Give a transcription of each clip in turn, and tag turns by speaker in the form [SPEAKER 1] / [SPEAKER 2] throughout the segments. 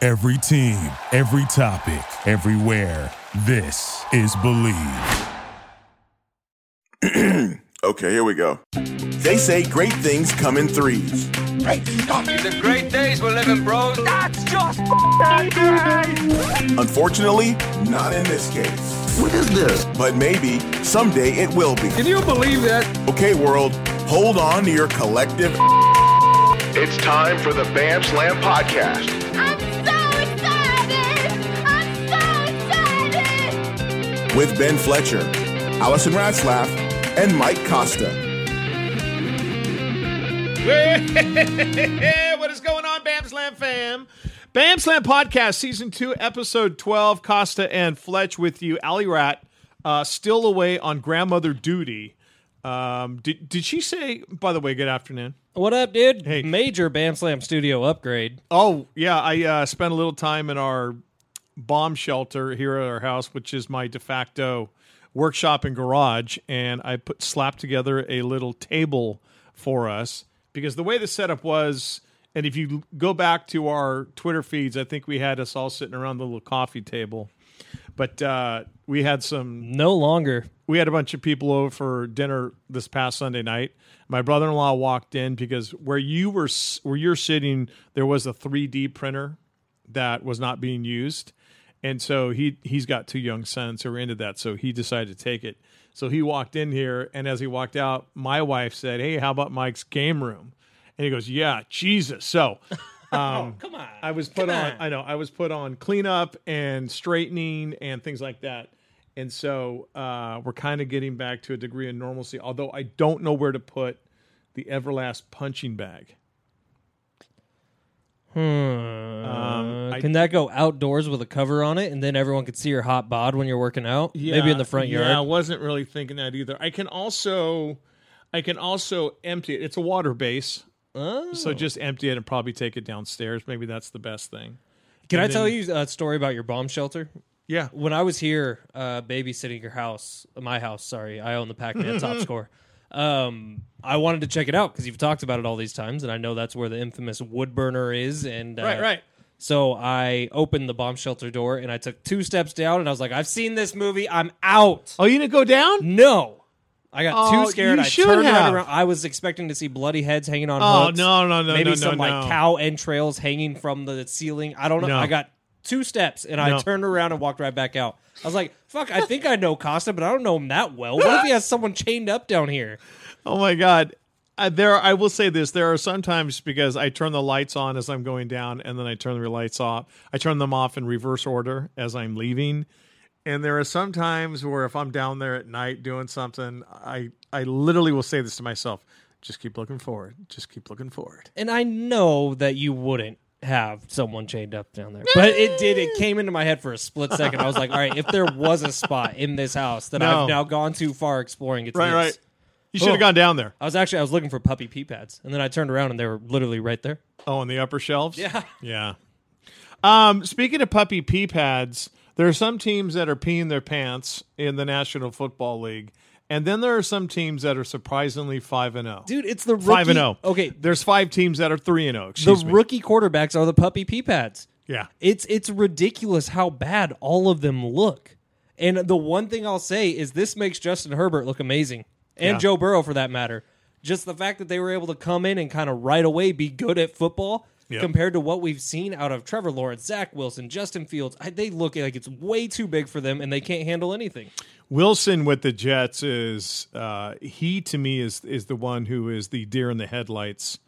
[SPEAKER 1] Every team, every topic, everywhere. This is Believe.
[SPEAKER 2] Okay, here we go. They say great things come in threes.
[SPEAKER 3] The great days we're living, bros.
[SPEAKER 2] Unfortunately, not in this case. What is this? But maybe someday it will be.
[SPEAKER 3] Can you believe that?
[SPEAKER 2] Okay, world, hold on to your collective.
[SPEAKER 4] It's time for the Bam Slam Podcast.
[SPEAKER 5] I'm so excited! I'm so excited!
[SPEAKER 2] with Ben Fletcher, Allison Ratzlaff, and Mike Costa.
[SPEAKER 6] what is going on, Bam Slam fam? Bam Slam Podcast, Season 2, Episode 12. Costa and Fletch with you. Allie Rat, uh, still away on grandmother duty. Um, did, did she say, by the way, good afternoon?
[SPEAKER 7] What up, dude?
[SPEAKER 6] Hey.
[SPEAKER 7] Major Bam Slam Studio upgrade.
[SPEAKER 6] Oh, yeah. I uh, spent a little time in our bomb shelter here at our house, which is my de facto workshop and garage. And I put slapped together a little table for us because the way the setup was, and if you go back to our Twitter feeds, I think we had us all sitting around the little coffee table. But uh, we had some
[SPEAKER 7] No longer.
[SPEAKER 6] we had a bunch of people over for dinner this past Sunday night. My brother-in-law walked in because where you were s- where you're sitting, there was a 3D printer that was not being used. And so he he's got two young sons who are into that, so he decided to take it. So he walked in here, and as he walked out, my wife said, "Hey, how about Mike's game room?" And he goes, "Yeah, Jesus." So, um, come on. I was put on. I know I was put on cleanup and straightening and things like that. And so uh, we're kind of getting back to a degree of normalcy, although I don't know where to put the Everlast punching bag. Um, I-
[SPEAKER 7] Uh, Can that go outdoors with a cover on it, and then everyone could see your hot bod when you're working out?
[SPEAKER 6] Yeah,
[SPEAKER 7] Maybe in the front
[SPEAKER 6] Yeah, I
[SPEAKER 7] yard.
[SPEAKER 6] wasn't really thinking that either. I can also, I can also empty it. It's a water base, so
[SPEAKER 7] Oh.
[SPEAKER 6] just empty it and probably take it downstairs. Maybe that's the best thing.
[SPEAKER 7] Can I
[SPEAKER 6] and
[SPEAKER 7] tell
[SPEAKER 6] then-
[SPEAKER 7] you a story about your bomb shelter?
[SPEAKER 6] Yeah.
[SPEAKER 7] When I was here uh, babysitting your house, my house, sorry, I own the Pac Man Top Score. Um, I wanted to check it out because you've talked about it all these times, and I know that's where the infamous wood burner is. And uh,
[SPEAKER 6] Right, right.
[SPEAKER 7] So I opened the bomb shelter door and I took two steps down, and I was like, "I've seen this movie. I'm out."
[SPEAKER 6] Oh, you didn't go down?
[SPEAKER 7] No. I got
[SPEAKER 6] Oh,
[SPEAKER 7] too scared.
[SPEAKER 6] you
[SPEAKER 7] I
[SPEAKER 6] should
[SPEAKER 7] turned right
[SPEAKER 6] have.
[SPEAKER 7] around. I was expecting to see bloody heads hanging on
[SPEAKER 6] Oh,
[SPEAKER 7] hooks.
[SPEAKER 6] no, no, no,
[SPEAKER 7] Maybe
[SPEAKER 6] no,
[SPEAKER 7] some
[SPEAKER 6] no,
[SPEAKER 7] like
[SPEAKER 6] no.
[SPEAKER 7] cow entrails hanging from the ceiling. I don't know.
[SPEAKER 6] No.
[SPEAKER 7] I got two steps and
[SPEAKER 6] No.
[SPEAKER 7] I turned around and walked right back out. I was like, fuck, I think I know Costa, but I don't know him that well. What if he has someone chained up down here?
[SPEAKER 6] Oh my god. I, there, I will say this: there are sometimes because I turn the lights on as I'm going down, and then I turn the lights off. I turn them off in reverse order as I'm leaving. And there are some times where if I'm down there at night doing something, I I literally will say this to myself: just keep looking forward, just keep looking forward.
[SPEAKER 7] And I know that you wouldn't have someone chained up down there. But it did. It came into my head for a split second. I was like, all right, if there was a spot in this house that
[SPEAKER 6] No.
[SPEAKER 7] I've now gone too far exploring, it's
[SPEAKER 6] Right,
[SPEAKER 7] this.
[SPEAKER 6] right. You should have
[SPEAKER 7] Oh.
[SPEAKER 6] gone down there.
[SPEAKER 7] I was actually I was looking for puppy pee pads, and then I turned around and they were literally right there.
[SPEAKER 6] Oh, on the upper shelves? Yeah. Yeah. Um, speaking of puppy pee pads, there are some teams that are peeing their pants in the National Football League, and then there are some teams that are surprisingly 5 and 0.
[SPEAKER 7] Dude, it's the rookie,
[SPEAKER 6] 5 and 0.
[SPEAKER 7] Okay,
[SPEAKER 6] There's five teams that are 3 and 0.
[SPEAKER 7] the
[SPEAKER 6] Excuse me.
[SPEAKER 7] rookie quarterbacks are the puppy pee pads.
[SPEAKER 6] Yeah.
[SPEAKER 7] It's it's ridiculous how bad all of them look. And the one thing I'll say is this makes Justin Herbert look amazing, and
[SPEAKER 6] Yeah.
[SPEAKER 7] Joe Burrow for that matter. Just the fact that they were able to come in and kind of right away be good at football
[SPEAKER 6] Yep.
[SPEAKER 7] compared to what we've seen out of Trevor Lawrence, Zach Wilson, Justin Fields, I, they look like it's way too big for them, and they can't handle anything.
[SPEAKER 6] Wilson with the Jets is uh, he to me is is the one who is the deer in the headlights.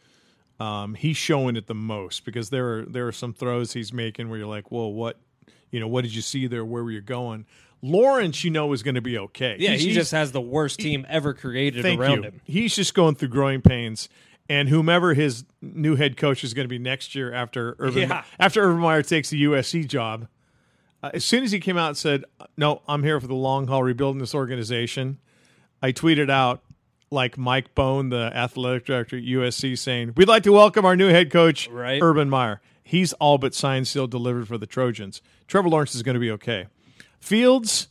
[SPEAKER 6] Um, he's showing it the most because there are there are some throws he's making where you're like, whoa, what, you know, what did you see there? Where were you going? Lawrence, you know, is going to be okay.
[SPEAKER 7] Yeah,
[SPEAKER 6] He's-
[SPEAKER 7] he
[SPEAKER 6] he's-
[SPEAKER 7] just has the worst team ever created
[SPEAKER 6] thank
[SPEAKER 7] around
[SPEAKER 6] you.
[SPEAKER 7] him.
[SPEAKER 6] He's just going through growing pains, and whomever his new head coach is going to be next year after Urban
[SPEAKER 7] Yeah.
[SPEAKER 6] after Urban Meyer takes the USC job, uh, as soon as he came out and said, "No, I'm here for the long haul, rebuilding this organization," I tweeted out like Mike Bone, the athletic director at USC, saying, "We'd like to welcome our new head coach,
[SPEAKER 7] Right.
[SPEAKER 6] Urban Meyer. He's all but signed, sealed, delivered for the Trojans. Trevor Lawrence is going to be okay. Fields."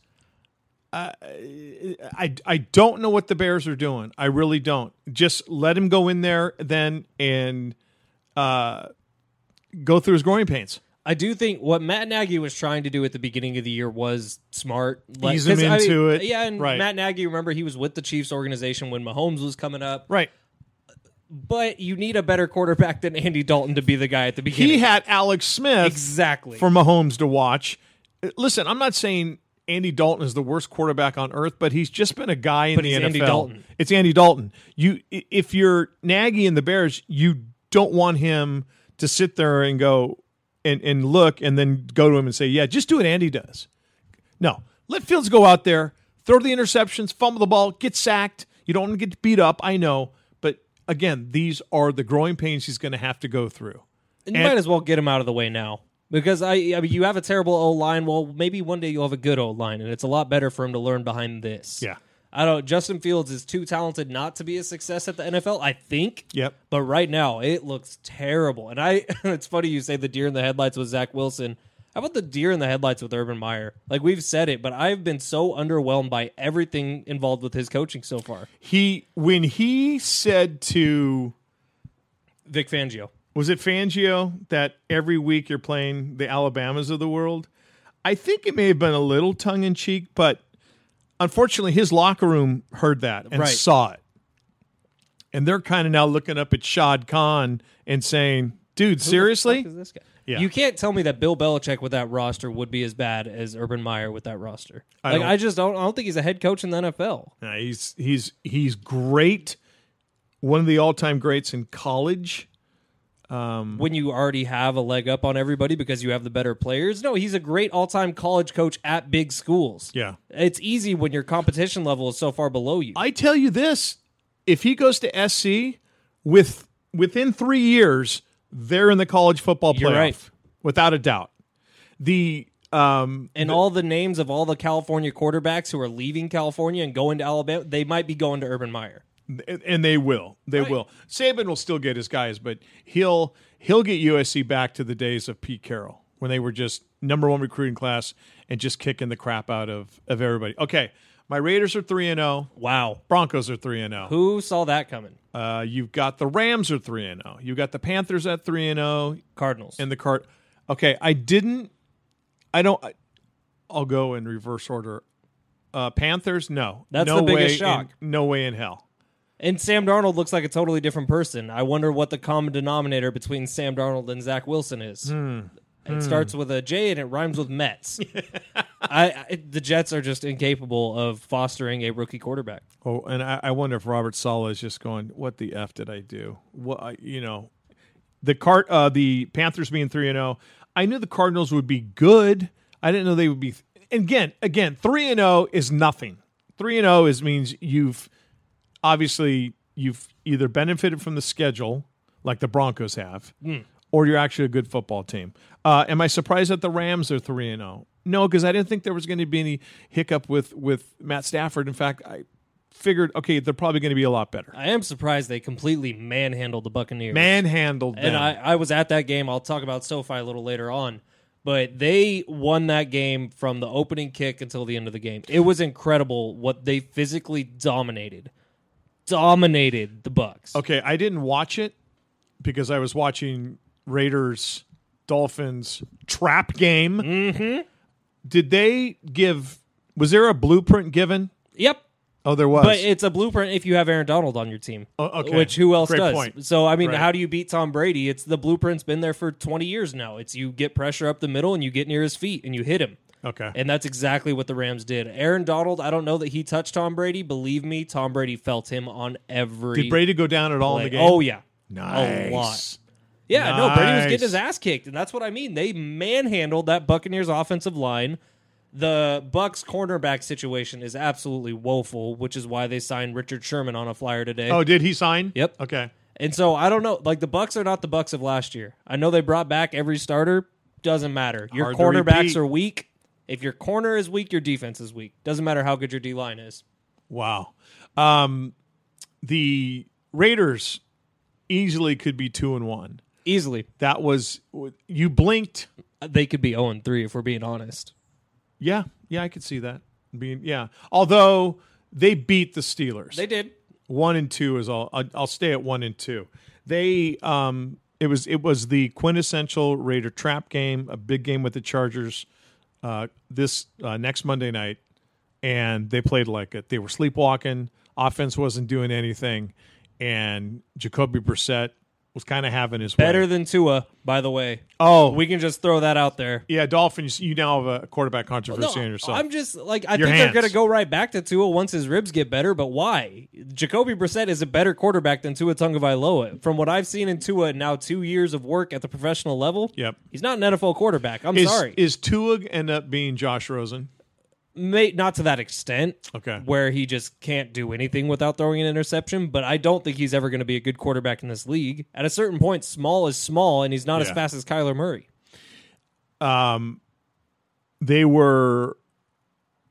[SPEAKER 6] uh, I, I don't know what the Bears are doing. I really don't. Just let him go in there then and uh, go through his growing pains.
[SPEAKER 7] I do think what Matt Nagy was trying to do at the beginning of the year was smart. Like-
[SPEAKER 6] Ease him
[SPEAKER 7] 'cause, I mean,
[SPEAKER 6] into it.
[SPEAKER 7] Yeah, and
[SPEAKER 6] Right.
[SPEAKER 7] Matt Nagy, remember, he was with the Chiefs organization when Mahomes was coming up.
[SPEAKER 6] Right.
[SPEAKER 7] But you need a better quarterback than Andy Dalton to be the guy at the beginning.
[SPEAKER 6] He had Alex Smith
[SPEAKER 7] exactly.
[SPEAKER 6] for Mahomes to watch. Uh, Listen, I'm not saying Andy Dalton is the worst quarterback on earth, but he's just been a guy in
[SPEAKER 7] But
[SPEAKER 6] the
[SPEAKER 7] he's
[SPEAKER 6] NFL.
[SPEAKER 7] Andy Dalton.
[SPEAKER 6] It's Andy Dalton. You, i- if you're Nagy and the Bears, you don't want him to sit there and go and and look, and then go to him and say, "Yeah, just do what Andy does." No, let Fields go out there, throw the interceptions, fumble the ball, get sacked. You don't want to get beat up. I know, but again, these are the growing pains he's going to have to go through.
[SPEAKER 7] And you
[SPEAKER 6] And-
[SPEAKER 7] might as well get him out of the way now. Because I, I mean, you have a terrible O line. Well, maybe one day you'll have a good O line, and it's a lot better for him to learn behind this.
[SPEAKER 6] Yeah.
[SPEAKER 7] I don't. Justin Fields is too talented not to be a success at the NFL. I think.
[SPEAKER 6] Yep.
[SPEAKER 7] But right now, it looks terrible. And I, it's funny you say the deer in the headlights with Zach Wilson. How about the deer in the headlights with Urban Meyer? Like we've said it, but I've been so underwhelmed by everything involved with his coaching so far.
[SPEAKER 6] he when he said to
[SPEAKER 7] Vic Fangio.
[SPEAKER 6] was it Fangio that every week you're playing the Alabamas of the world? I think it may have been a little tongue in cheek, but unfortunately his locker room heard that and
[SPEAKER 7] Right.
[SPEAKER 6] saw it. And they're kind of now looking up at Shad Khan and saying, dude, seriously?
[SPEAKER 7] Who the fuck is this guy?
[SPEAKER 6] Yeah.
[SPEAKER 7] You can't tell me that Bill Belichick with that roster would be as bad as Urban Meyer with that roster.
[SPEAKER 6] I
[SPEAKER 7] like
[SPEAKER 6] don't-
[SPEAKER 7] I just don't I don't think he's a head coach in the NFL.
[SPEAKER 6] Nah, he's he's he's great. One of the all time greats in college.
[SPEAKER 7] When you already have a leg up on everybody because you have the better players. No, he's a great all-time college coach at big schools.
[SPEAKER 6] Yeah.
[SPEAKER 7] It's easy when your competition level is so far below you.
[SPEAKER 6] I tell you this: if he goes to SC with within three years, they're in the college football playoff
[SPEAKER 7] You're right.
[SPEAKER 6] without a doubt. The um,
[SPEAKER 7] and all the names of all the California quarterbacks who are leaving California and going to Alabama, they might be going to Urban Meyer.
[SPEAKER 6] and- and they will, they will. Saban will still get his guys, but he'll he'll get USC back to the days of Pete Carroll when they were just number one recruiting class and just kicking the crap out of of everybody. Okay, my Raiders are three and zero.
[SPEAKER 7] Wow.
[SPEAKER 6] Broncos are three and zero.
[SPEAKER 7] Who saw that coming?
[SPEAKER 6] Uh, You've got the Rams are three and zero. You've got the Panthers at three and oh. zero.
[SPEAKER 7] Cardinals.
[SPEAKER 6] in the cart. Okay, I didn't. I don't. I, I'll go in reverse order. Uh, Panthers, no.
[SPEAKER 7] That's
[SPEAKER 6] no
[SPEAKER 7] the biggest
[SPEAKER 6] way in-
[SPEAKER 7] shock.
[SPEAKER 6] no way in hell.
[SPEAKER 7] And Sam Darnold looks like a totally different person. I wonder what the common denominator between Sam Darnold and Zach Wilson is. It starts with a J and it rhymes with Mets. I, I the Jets are just incapable of fostering a rookie quarterback.
[SPEAKER 6] Oh, and I, I wonder if Robert Sala is just going, "What the f did I do?" What I- you know, the cart, uh, the Panthers being three and zero. I knew the Cardinals would be good. I didn't know they would be. and again, again, three and zero is nothing. Three and zero is means you've obviously you've either benefited from the schedule, like the Broncos have, or you're actually a good football team. Uh, am I surprised that the Rams are three and zero? No, because I didn't think there was going to be any hiccup with with Matt Stafford. In fact, I figured, okay, they're probably going to be a lot better.
[SPEAKER 7] I am surprised they completely manhandled the Buccaneers.
[SPEAKER 6] Manhandled them.
[SPEAKER 7] and I, I was at that game. I'll talk about SoFi a little later on. But they won that game from the opening kick until the end of the game. It was incredible what they physically dominated. Dominated the Bucks.
[SPEAKER 6] okay, I didn't watch it because I was watching Raiders Dolphins trap game. Mm-hmm. Did they give? Was there a blueprint given?
[SPEAKER 7] Yep.
[SPEAKER 6] Oh, there was.
[SPEAKER 7] But it's a blueprint if you have Aaron Donald on your team.
[SPEAKER 6] Oh, okay.
[SPEAKER 7] Which who else
[SPEAKER 6] Great
[SPEAKER 7] does?
[SPEAKER 6] point.
[SPEAKER 7] So I mean,
[SPEAKER 6] Right.
[SPEAKER 7] how do you beat Tom Brady? It's the blueprint's been there for 20 years now. It's you get pressure up the middle and you get near his feet and you hit him.
[SPEAKER 6] okay.
[SPEAKER 7] And that's exactly what the Rams did. Aaron Donald, I don't know that he touched Tom Brady. Believe me, Tom Brady felt him on every
[SPEAKER 6] Did Brady go down at all in the
[SPEAKER 7] play.
[SPEAKER 6] game?
[SPEAKER 7] Oh yeah.
[SPEAKER 6] nice.
[SPEAKER 7] A lot. Yeah, no, Brady was
[SPEAKER 6] Nice.
[SPEAKER 7] getting his ass kicked, and that's what I mean. They manhandled that Buccaneers offensive line. The Bucks cornerback situation is absolutely woeful, which is why they signed Richard Sherman on a flyer today.
[SPEAKER 6] Oh, did he sign?
[SPEAKER 7] Yep.
[SPEAKER 6] Okay.
[SPEAKER 7] And so I don't know. Like the Bucks are not the Bucks of last year. I know they brought back every starter. Doesn't matter. Your
[SPEAKER 6] Hard to repeat.
[SPEAKER 7] cornerbacks are weak. If your corner is weak, your defense is weak. Doesn't matter how good your D line is.
[SPEAKER 6] Wow. Um, the Raiders easily could be two and one.
[SPEAKER 7] Easily,
[SPEAKER 6] That was you blinked.
[SPEAKER 7] they could be zero and three if we're being honest.
[SPEAKER 6] Yeah, yeah, I could see that being. Yeah, although they beat the Steelers.
[SPEAKER 7] They did.
[SPEAKER 6] one and two is all. I'll, I'll stay at one and two. They um It was it was the quintessential Raider trap game, a big game with the Chargers uh, this uh, next Monday night, and they played like it. They were sleepwalking. Offense wasn't doing anything, and Jacoby Brissett was kind of having his way.
[SPEAKER 7] Better than Tua, by the way.
[SPEAKER 6] Oh,
[SPEAKER 7] We can just throw that out there.
[SPEAKER 6] yeah, Dolphins. You now have a quarterback controversy on yourself.
[SPEAKER 7] I'm just like Oh, I
[SPEAKER 6] Your
[SPEAKER 7] think
[SPEAKER 6] hands.
[SPEAKER 7] they're gonna go right back to Tua once his ribs get better, but why? Jacoby Brissett is a better quarterback than Tua Tungavailoa. From what I've seen in Tua in now two years of work at the professional level,
[SPEAKER 6] Yep.
[SPEAKER 7] he's not an NFL quarterback. I'm
[SPEAKER 6] is,
[SPEAKER 7] sorry.
[SPEAKER 6] Is Tua end up being Josh Rosen?
[SPEAKER 7] May, not to that extent.
[SPEAKER 6] Okay.
[SPEAKER 7] Where he just can't do anything without throwing an interception, but I don't think he's ever gonna be a good quarterback in this league. At a certain point, small is small and he's not as
[SPEAKER 6] Yeah.
[SPEAKER 7] fast as Kyler Murray.
[SPEAKER 6] Um, they were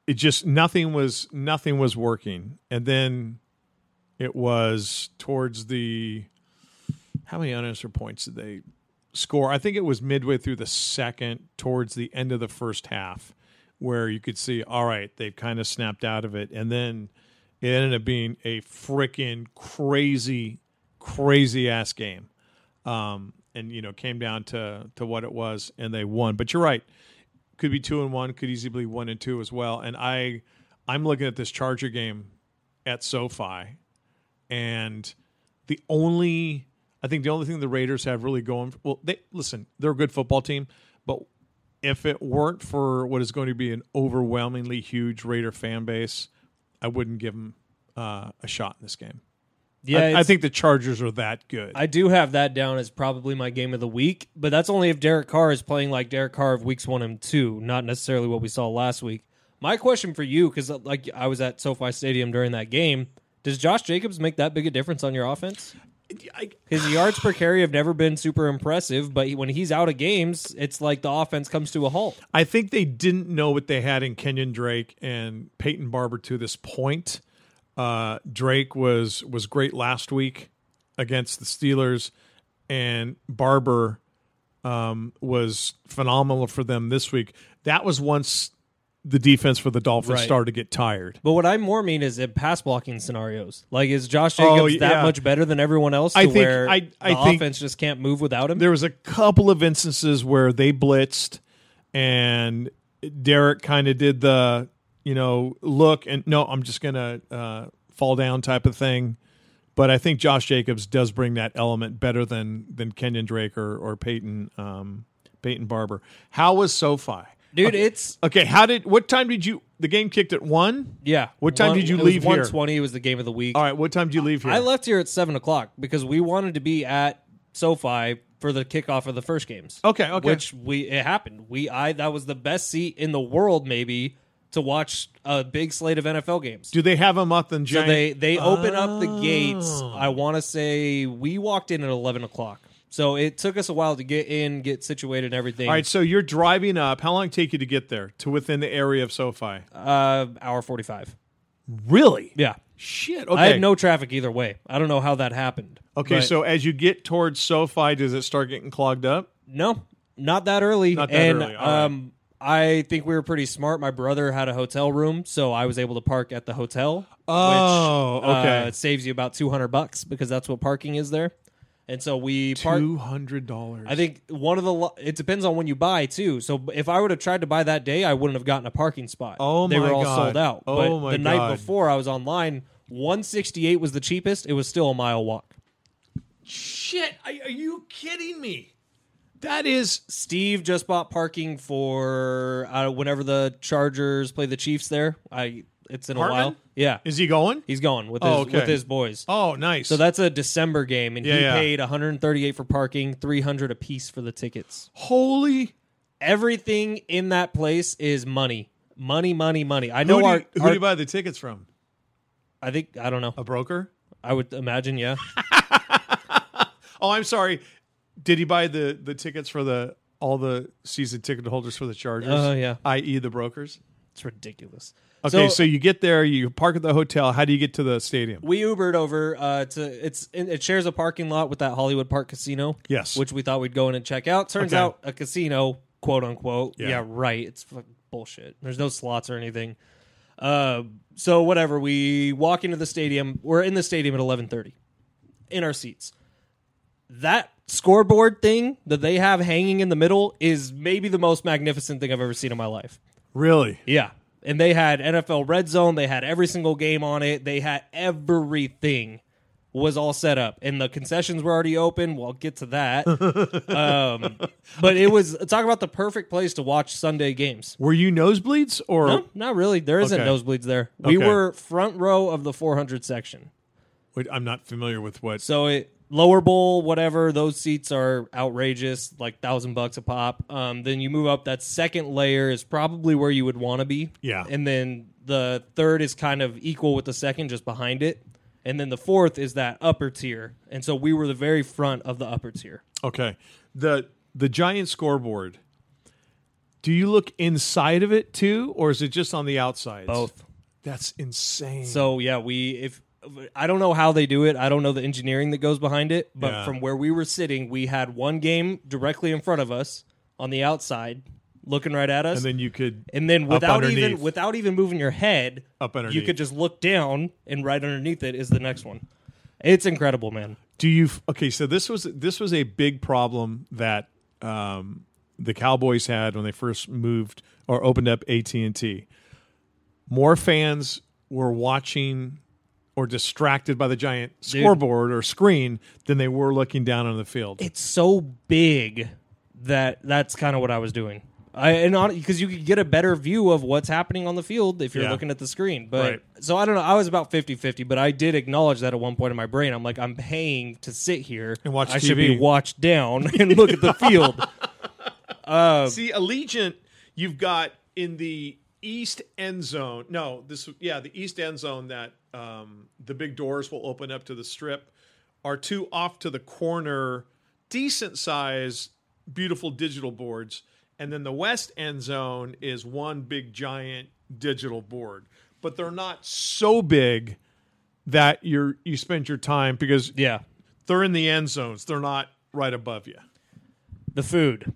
[SPEAKER 6] it just nothing was nothing was working and then it was towards the how many unanswered points did they score i think it was midway through the second towards the end of the first half where you could see all right they've kind of snapped out of it and then it ended up being a freaking crazy crazy ass game um, and you know came down to to what it was and they won but you're right could be two and one, could easily be one and two as well. And I, I'm looking at this Charger game at SoFi, and the only, I think the only thing the Raiders have really going, well, they listen, they're a good football team, but if it weren't for what is going to be an overwhelmingly huge Raider fan base, I wouldn't give them uh, a shot in this game. I- I,
[SPEAKER 7] it's-
[SPEAKER 6] think the Chargers are that good.
[SPEAKER 7] I do have that down as probably my game of the week, but that's only if Derek Carr is playing like Derek Carr of weeks one and two, not necessarily what we saw last week. My question for you, because like I was at SoFi Stadium during that game, does Josh Jacobs make that big a difference on your offense?
[SPEAKER 6] I-
[SPEAKER 7] His yards per carry have never been super impressive, but he- when he's out of games, it's like the offense comes to a halt.
[SPEAKER 6] I think they didn't know what they had in Kenyon Drake and Peyton Barber to this point. Uh, Drake was was great last week against the Steelers, and Barber um, was phenomenal for them this week. That was once the defense for the Dolphins
[SPEAKER 7] Right.
[SPEAKER 6] started to get tired.
[SPEAKER 7] But what I more mean is in pass blocking scenarios. Like, is Josh Jacobs
[SPEAKER 6] Oh, yeah.
[SPEAKER 7] that much better than everyone else to
[SPEAKER 6] I think-
[SPEAKER 7] where
[SPEAKER 6] I- I
[SPEAKER 7] the
[SPEAKER 6] think-
[SPEAKER 7] offense just can't move without him?
[SPEAKER 6] There was a couple of instances where they blitzed and Derek kind of did the, you know, look and no, I'm just going to uh, fall down type of thing. But I think Josh Jacobs does bring that element better than than Kenyon Drake or or Peyton um, Peyton Barber. How was SoFi?
[SPEAKER 7] Dude, it's
[SPEAKER 6] Okay, how did what time did you the game kicked at one?
[SPEAKER 7] Yeah.
[SPEAKER 6] What time did you leave here?
[SPEAKER 7] One twenty was the game of the week.
[SPEAKER 6] All right, what time did you leave here?
[SPEAKER 7] I left here at seven o'clock because we wanted to be at SoFi for the kickoff of the first games.
[SPEAKER 6] Okay, okay.
[SPEAKER 7] Which we it happened. We I that was the best seat in the world maybe to watch a big slate of NFL games.
[SPEAKER 6] Do Oh. they have him up in
[SPEAKER 7] so
[SPEAKER 6] giant?
[SPEAKER 7] they they open up the gates. I want to say we walked in at eleven o'clock. So it took us a while to get in, get situated, and everything.
[SPEAKER 6] All right, so you're driving up. How long did it take you to get there to within the area of SoFi?
[SPEAKER 7] uh, hour forty-five.
[SPEAKER 6] Really?
[SPEAKER 7] Yeah,
[SPEAKER 6] Shit. Okay.
[SPEAKER 7] I had no traffic either way. I don't know how that happened.
[SPEAKER 6] Okay,
[SPEAKER 7] but-
[SPEAKER 6] so as you get towards SoFi, does it start getting clogged up?
[SPEAKER 7] No, not that early.
[SPEAKER 6] Not that
[SPEAKER 7] and,
[SPEAKER 6] early, all right.
[SPEAKER 7] Um, I think we were pretty smart. My brother had a hotel room, so I was able to park at the hotel.
[SPEAKER 6] Oh,
[SPEAKER 7] which, uh,
[SPEAKER 6] okay.
[SPEAKER 7] it saves you about two hundred bucks because that's what parking is there. And so we parked.
[SPEAKER 6] Two hundred dollars.
[SPEAKER 7] I think one of the lo- it depends on when you buy too. So if I would have tried to buy that day, I wouldn't have gotten a parking spot.
[SPEAKER 6] Oh
[SPEAKER 7] they
[SPEAKER 6] my
[SPEAKER 7] were all
[SPEAKER 6] God.
[SPEAKER 7] sold out.
[SPEAKER 6] Oh
[SPEAKER 7] but
[SPEAKER 6] my
[SPEAKER 7] the
[SPEAKER 6] God.
[SPEAKER 7] night before, I was online. One sixty eight was the cheapest. It was still a mile walk.
[SPEAKER 6] Shit! Are, are you kidding me? That is
[SPEAKER 7] Steve just bought parking for uh, whenever the Chargers play the Chiefs there. I it's in
[SPEAKER 6] Hartman?
[SPEAKER 7] a while. Yeah,
[SPEAKER 6] is he going?
[SPEAKER 7] he's going with his
[SPEAKER 6] Oh, okay.
[SPEAKER 7] with his boys.
[SPEAKER 6] Oh, nice.
[SPEAKER 7] So that's a December game, and
[SPEAKER 6] Yeah,
[SPEAKER 7] he
[SPEAKER 6] yeah.
[SPEAKER 7] paid 138 for parking, 300 a piece for the tickets.
[SPEAKER 6] holy.
[SPEAKER 7] Everything in that place is money, money, money, money. I know
[SPEAKER 6] who do,
[SPEAKER 7] our,
[SPEAKER 6] you, who
[SPEAKER 7] our-
[SPEAKER 6] do you buy the tickets from?
[SPEAKER 7] I think I don't know.
[SPEAKER 6] A broker?
[SPEAKER 7] I would imagine, yeah.
[SPEAKER 6] Oh, I'm sorry. Did he buy the the tickets for the all the season ticket holders for the Chargers?
[SPEAKER 7] Oh, yeah.
[SPEAKER 6] I.e. the brokers.
[SPEAKER 7] It's ridiculous.
[SPEAKER 6] Okay, so, you get there, you park at the hotel. How do you get to the stadium?
[SPEAKER 7] we Ubered over uh, to it's it shares a parking lot with that Hollywood Park Casino.
[SPEAKER 6] Yes.
[SPEAKER 7] which we thought we'd go in and check out. Turns
[SPEAKER 6] Okay.
[SPEAKER 7] out a casino, quote unquote.
[SPEAKER 6] Yeah.
[SPEAKER 7] Yeah, right. It's fucking bullshit. There's no slots or anything. Uh, so whatever. We walk into the stadium. We're in the stadium at 11:30, in our seats. That scoreboard thing that they have hanging in the middle is maybe the most magnificent thing I've ever seen in my life.
[SPEAKER 6] Really?
[SPEAKER 7] Yeah. And they had NFL Red Zone, they had every single game on it, they had everything was all set up and the concessions were already open. We'll get to that. um, but it was talk about the perfect place to watch Sunday games.
[SPEAKER 6] Were you nosebleeds or
[SPEAKER 7] No, not really. There isn't
[SPEAKER 6] Okay.
[SPEAKER 7] nosebleeds there. We
[SPEAKER 6] Okay.
[SPEAKER 7] were front row of the 400 section.
[SPEAKER 6] Wait, I'm not familiar with what?
[SPEAKER 7] So it lower bowl, whatever. Those seats are outrageous, like thousand bucks a pop. Um, then you move up. That second layer is probably where you would want to be.
[SPEAKER 6] Yeah.
[SPEAKER 7] And then the third is kind of equal with the second, just behind it. And then the fourth is that upper tier. And so we were the very front of the upper tier.
[SPEAKER 6] Okay. The the giant scoreboard. Do you look inside of it too, or is it just on the outside?
[SPEAKER 7] Both.
[SPEAKER 6] That's insane.
[SPEAKER 7] So yeah, we if I don't know how they do it. I don't know the engineering that goes behind it, but
[SPEAKER 6] Yeah.
[SPEAKER 7] from where we were sitting, we had one game directly in front of us on the outside looking right at us.
[SPEAKER 6] and then you could
[SPEAKER 7] and then
[SPEAKER 6] up
[SPEAKER 7] without
[SPEAKER 6] underneath.
[SPEAKER 7] even without even moving your head
[SPEAKER 6] Up
[SPEAKER 7] you
[SPEAKER 6] underneath.
[SPEAKER 7] could just look down and right underneath it is the next one it's incredible man
[SPEAKER 6] do you f- okay so this was this was a big problem that um, the cowboys had when they first moved or opened up at&t more fans were watching or distracted by the giant scoreboard or screen than they were looking down on the field
[SPEAKER 7] it's so big that that's kind of what i was doing I, and because you could get a better view of what's happening on the field if you're
[SPEAKER 6] Yeah.
[SPEAKER 7] looking at the screen but
[SPEAKER 6] Right.
[SPEAKER 7] so i don't know i was about 50-50 but i did acknowledge that at one point in my brain i'm like i'm paying to sit here
[SPEAKER 6] And watch
[SPEAKER 7] i should be
[SPEAKER 6] TV.
[SPEAKER 7] watched down and look at the field
[SPEAKER 6] See, Allegiant, you've got in the east end zone. No, this yeah, the east end zone that um, the big doors will open up to the strip are two off to the corner, decent size, beautiful digital boards, and then the west end zone is one big giant digital board, but they're not so big that you're you spend your time because
[SPEAKER 7] yeah
[SPEAKER 6] they're in the end zones. They're not right above you.
[SPEAKER 7] the food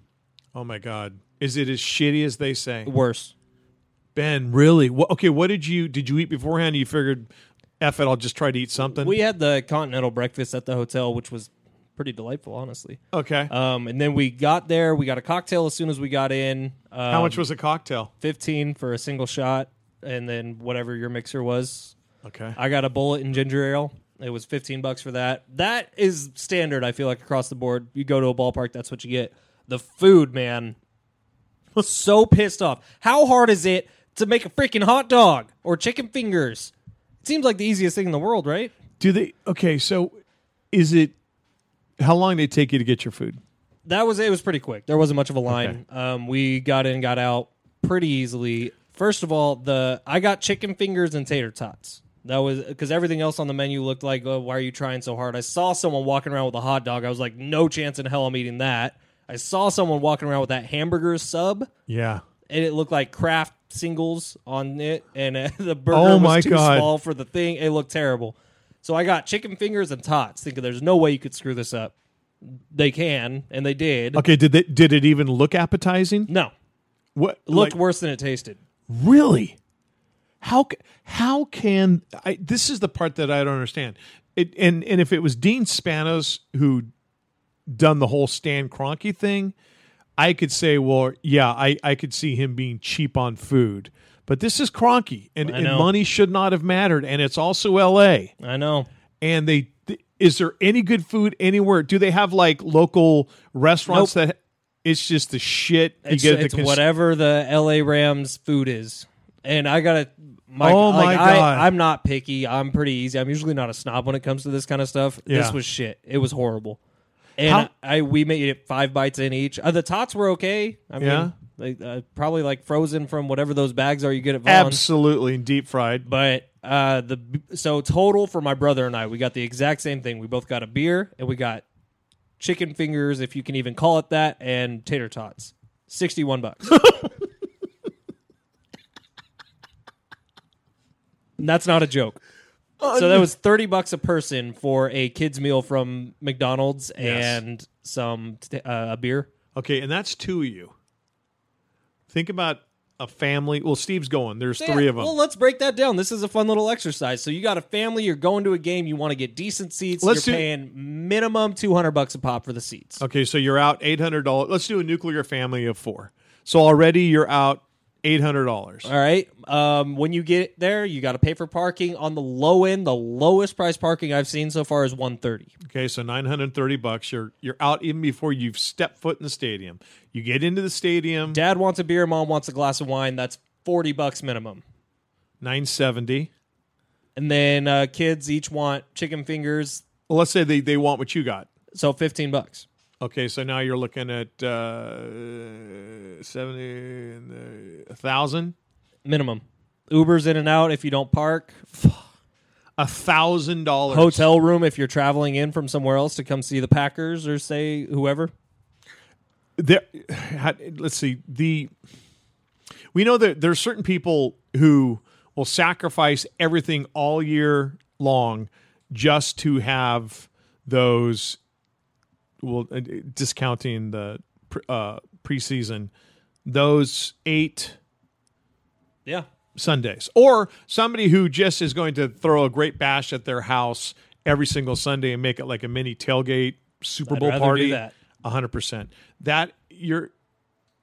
[SPEAKER 6] Oh my god. Is it as shitty as they say?
[SPEAKER 7] worse
[SPEAKER 6] Ben, really? What, okay, what did you did you eat beforehand? You figured, F it, I'll just try to eat something.
[SPEAKER 7] We had the continental breakfast at the hotel, which was pretty delightful, honestly.
[SPEAKER 6] okay,
[SPEAKER 7] Um, and then we got there. We got a cocktail as soon as we got in. Um,
[SPEAKER 6] how much was a cocktail?
[SPEAKER 7] Fifteen for a single shot, and then whatever your mixer was.
[SPEAKER 6] Okay,
[SPEAKER 7] I got a bullet and ginger ale. It was fifteen bucks for that. That is standard. I feel like across the board, you go to a ballpark, that's what you get. The food, man, so pissed off. How hard is it to make a freaking hot dog or chicken fingers? It seems like the easiest thing in the world, right?
[SPEAKER 6] do they? Okay, so is it? How long did it take you to get your food?
[SPEAKER 7] that was it was pretty quick there wasn't much of a line um, we got in got out pretty easily first of all the i got chicken fingers and tater tots that was because everything else on the menu looked like oh, why are you trying so hard i saw someone walking around with a hot dog i was like no chance in hell i'm eating that i saw someone walking around with that hamburger sub
[SPEAKER 6] Yeah,
[SPEAKER 7] and it looked like craft singles on it, and uh, the burger
[SPEAKER 6] Oh
[SPEAKER 7] was
[SPEAKER 6] my
[SPEAKER 7] too
[SPEAKER 6] God.
[SPEAKER 7] small for the thing. It looked terrible. So I got chicken fingers and tots, thinking there's no way you could screw this up. They can, and they did.
[SPEAKER 6] Okay, did they, did it even look appetizing?
[SPEAKER 7] No,
[SPEAKER 6] What
[SPEAKER 7] looked
[SPEAKER 6] like,
[SPEAKER 7] worse than it tasted.
[SPEAKER 6] really? How ca- how can I? This is the part that I don't understand. It, and and if it was Dean Spanos who done the whole Stan Kroenke thing, I could say, well, yeah, I, I could see him being cheap on food. But this is Kroenke, and,
[SPEAKER 7] I
[SPEAKER 6] and
[SPEAKER 7] know.
[SPEAKER 6] money should not have mattered. And it's also L.A.
[SPEAKER 7] I know.
[SPEAKER 6] And they th- is there any good food anywhere? Do they have like local restaurants that? It's just the shit you
[SPEAKER 7] It's,
[SPEAKER 6] get at the
[SPEAKER 7] it's
[SPEAKER 6] cons-
[SPEAKER 7] whatever the L.A. Rams food is, and I gotta. My,
[SPEAKER 6] Oh
[SPEAKER 7] like,
[SPEAKER 6] my God.
[SPEAKER 7] I, I'm not picky. I'm pretty easy. I'm usually not a snob when it comes to this kind of stuff.
[SPEAKER 6] Yeah.
[SPEAKER 7] This was shit. It was horrible. And
[SPEAKER 6] How-
[SPEAKER 7] I we made it five bites in each. Uh, the tots were okay. I mean,
[SPEAKER 6] Yeah.
[SPEAKER 7] they, uh, probably like frozen from whatever those bags are you get at Vaughn's.
[SPEAKER 6] Absolutely, and deep fried.
[SPEAKER 7] But uh, the so total for my brother and I, we got the exact same thing. We both got a beer and we got chicken fingers, if you can even call it that, and tater tots. Sixty-one bucks. And That's not a joke. So that was thirty bucks a person for a kids meal from McDonald's and some t- uh, a beer.
[SPEAKER 6] Okay, and that's two of you. Think about a family. Well, Steve's going. There's three of them.
[SPEAKER 7] Well, let's break that down. This is a fun little exercise. So you got a family, you're going to a game, you want to get decent seats.
[SPEAKER 6] Let's
[SPEAKER 7] you're
[SPEAKER 6] do-
[SPEAKER 7] paying minimum two hundred bucks a pop for the seats.
[SPEAKER 6] Okay, so you're out eight hundred dollars. Let's do a nuclear family of four. So already you're out eight hundred dollars.
[SPEAKER 7] All right. Um, when you get there, you got to pay for parking. On the low end, the lowest price parking I've seen so far is one thirty.
[SPEAKER 6] Okay, so nine hundred thirty bucks. You're you're out even before you've stepped foot in the stadium. You get into the stadium
[SPEAKER 7] Dad wants a beer, mom wants a glass of wine. That's forty bucks minimum.
[SPEAKER 6] nine seventy.
[SPEAKER 7] And then uh, kids each want chicken fingers,
[SPEAKER 6] Well, let's say they they want what you got.
[SPEAKER 7] so fifteen bucks.
[SPEAKER 6] Okay, so now you're looking at uh, seventy and a thousand.
[SPEAKER 7] minimum. Uber's in and out if you don't park.
[SPEAKER 6] A thousand dollars
[SPEAKER 7] Hotel room if you're traveling in from somewhere else to come see the Packers or say whoever.
[SPEAKER 6] there how- let's see the we know that there's certain people who will sacrifice everything all year long just to have those well uh, discounting the pre- uh preseason those 8
[SPEAKER 7] Yeah.
[SPEAKER 6] Sundays, or somebody who just is going to throw a great bash at their house every single Sunday and make it like a mini tailgate Super
[SPEAKER 7] I'd
[SPEAKER 6] Bowl
[SPEAKER 7] rather do
[SPEAKER 6] party.
[SPEAKER 7] that.
[SPEAKER 6] hundred percent. That you're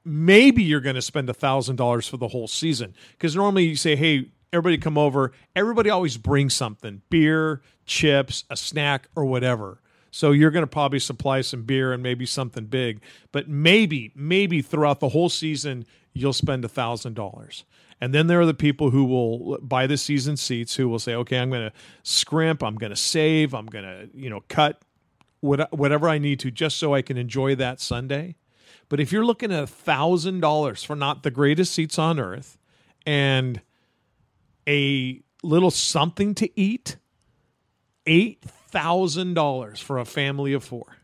[SPEAKER 6] maybe you're going to spend a thousand dollars for the whole season because normally you say, "Hey, everybody come over." Everybody always brings something: beer, chips, a snack, or whatever. So you're going to probably supply some beer and maybe something big, but maybe maybe throughout the whole season you'll spend a thousand dollars. And then there are the people who will buy the season seats who will say, "Okay, I'm going to scrimp, I'm going to save, I'm going to you know cut what, whatever I need to just so I can enjoy that Sunday. But if you're looking at thousand dollars for not the greatest seats on earth and a little something to eat, eight thousand dollars for a family of four.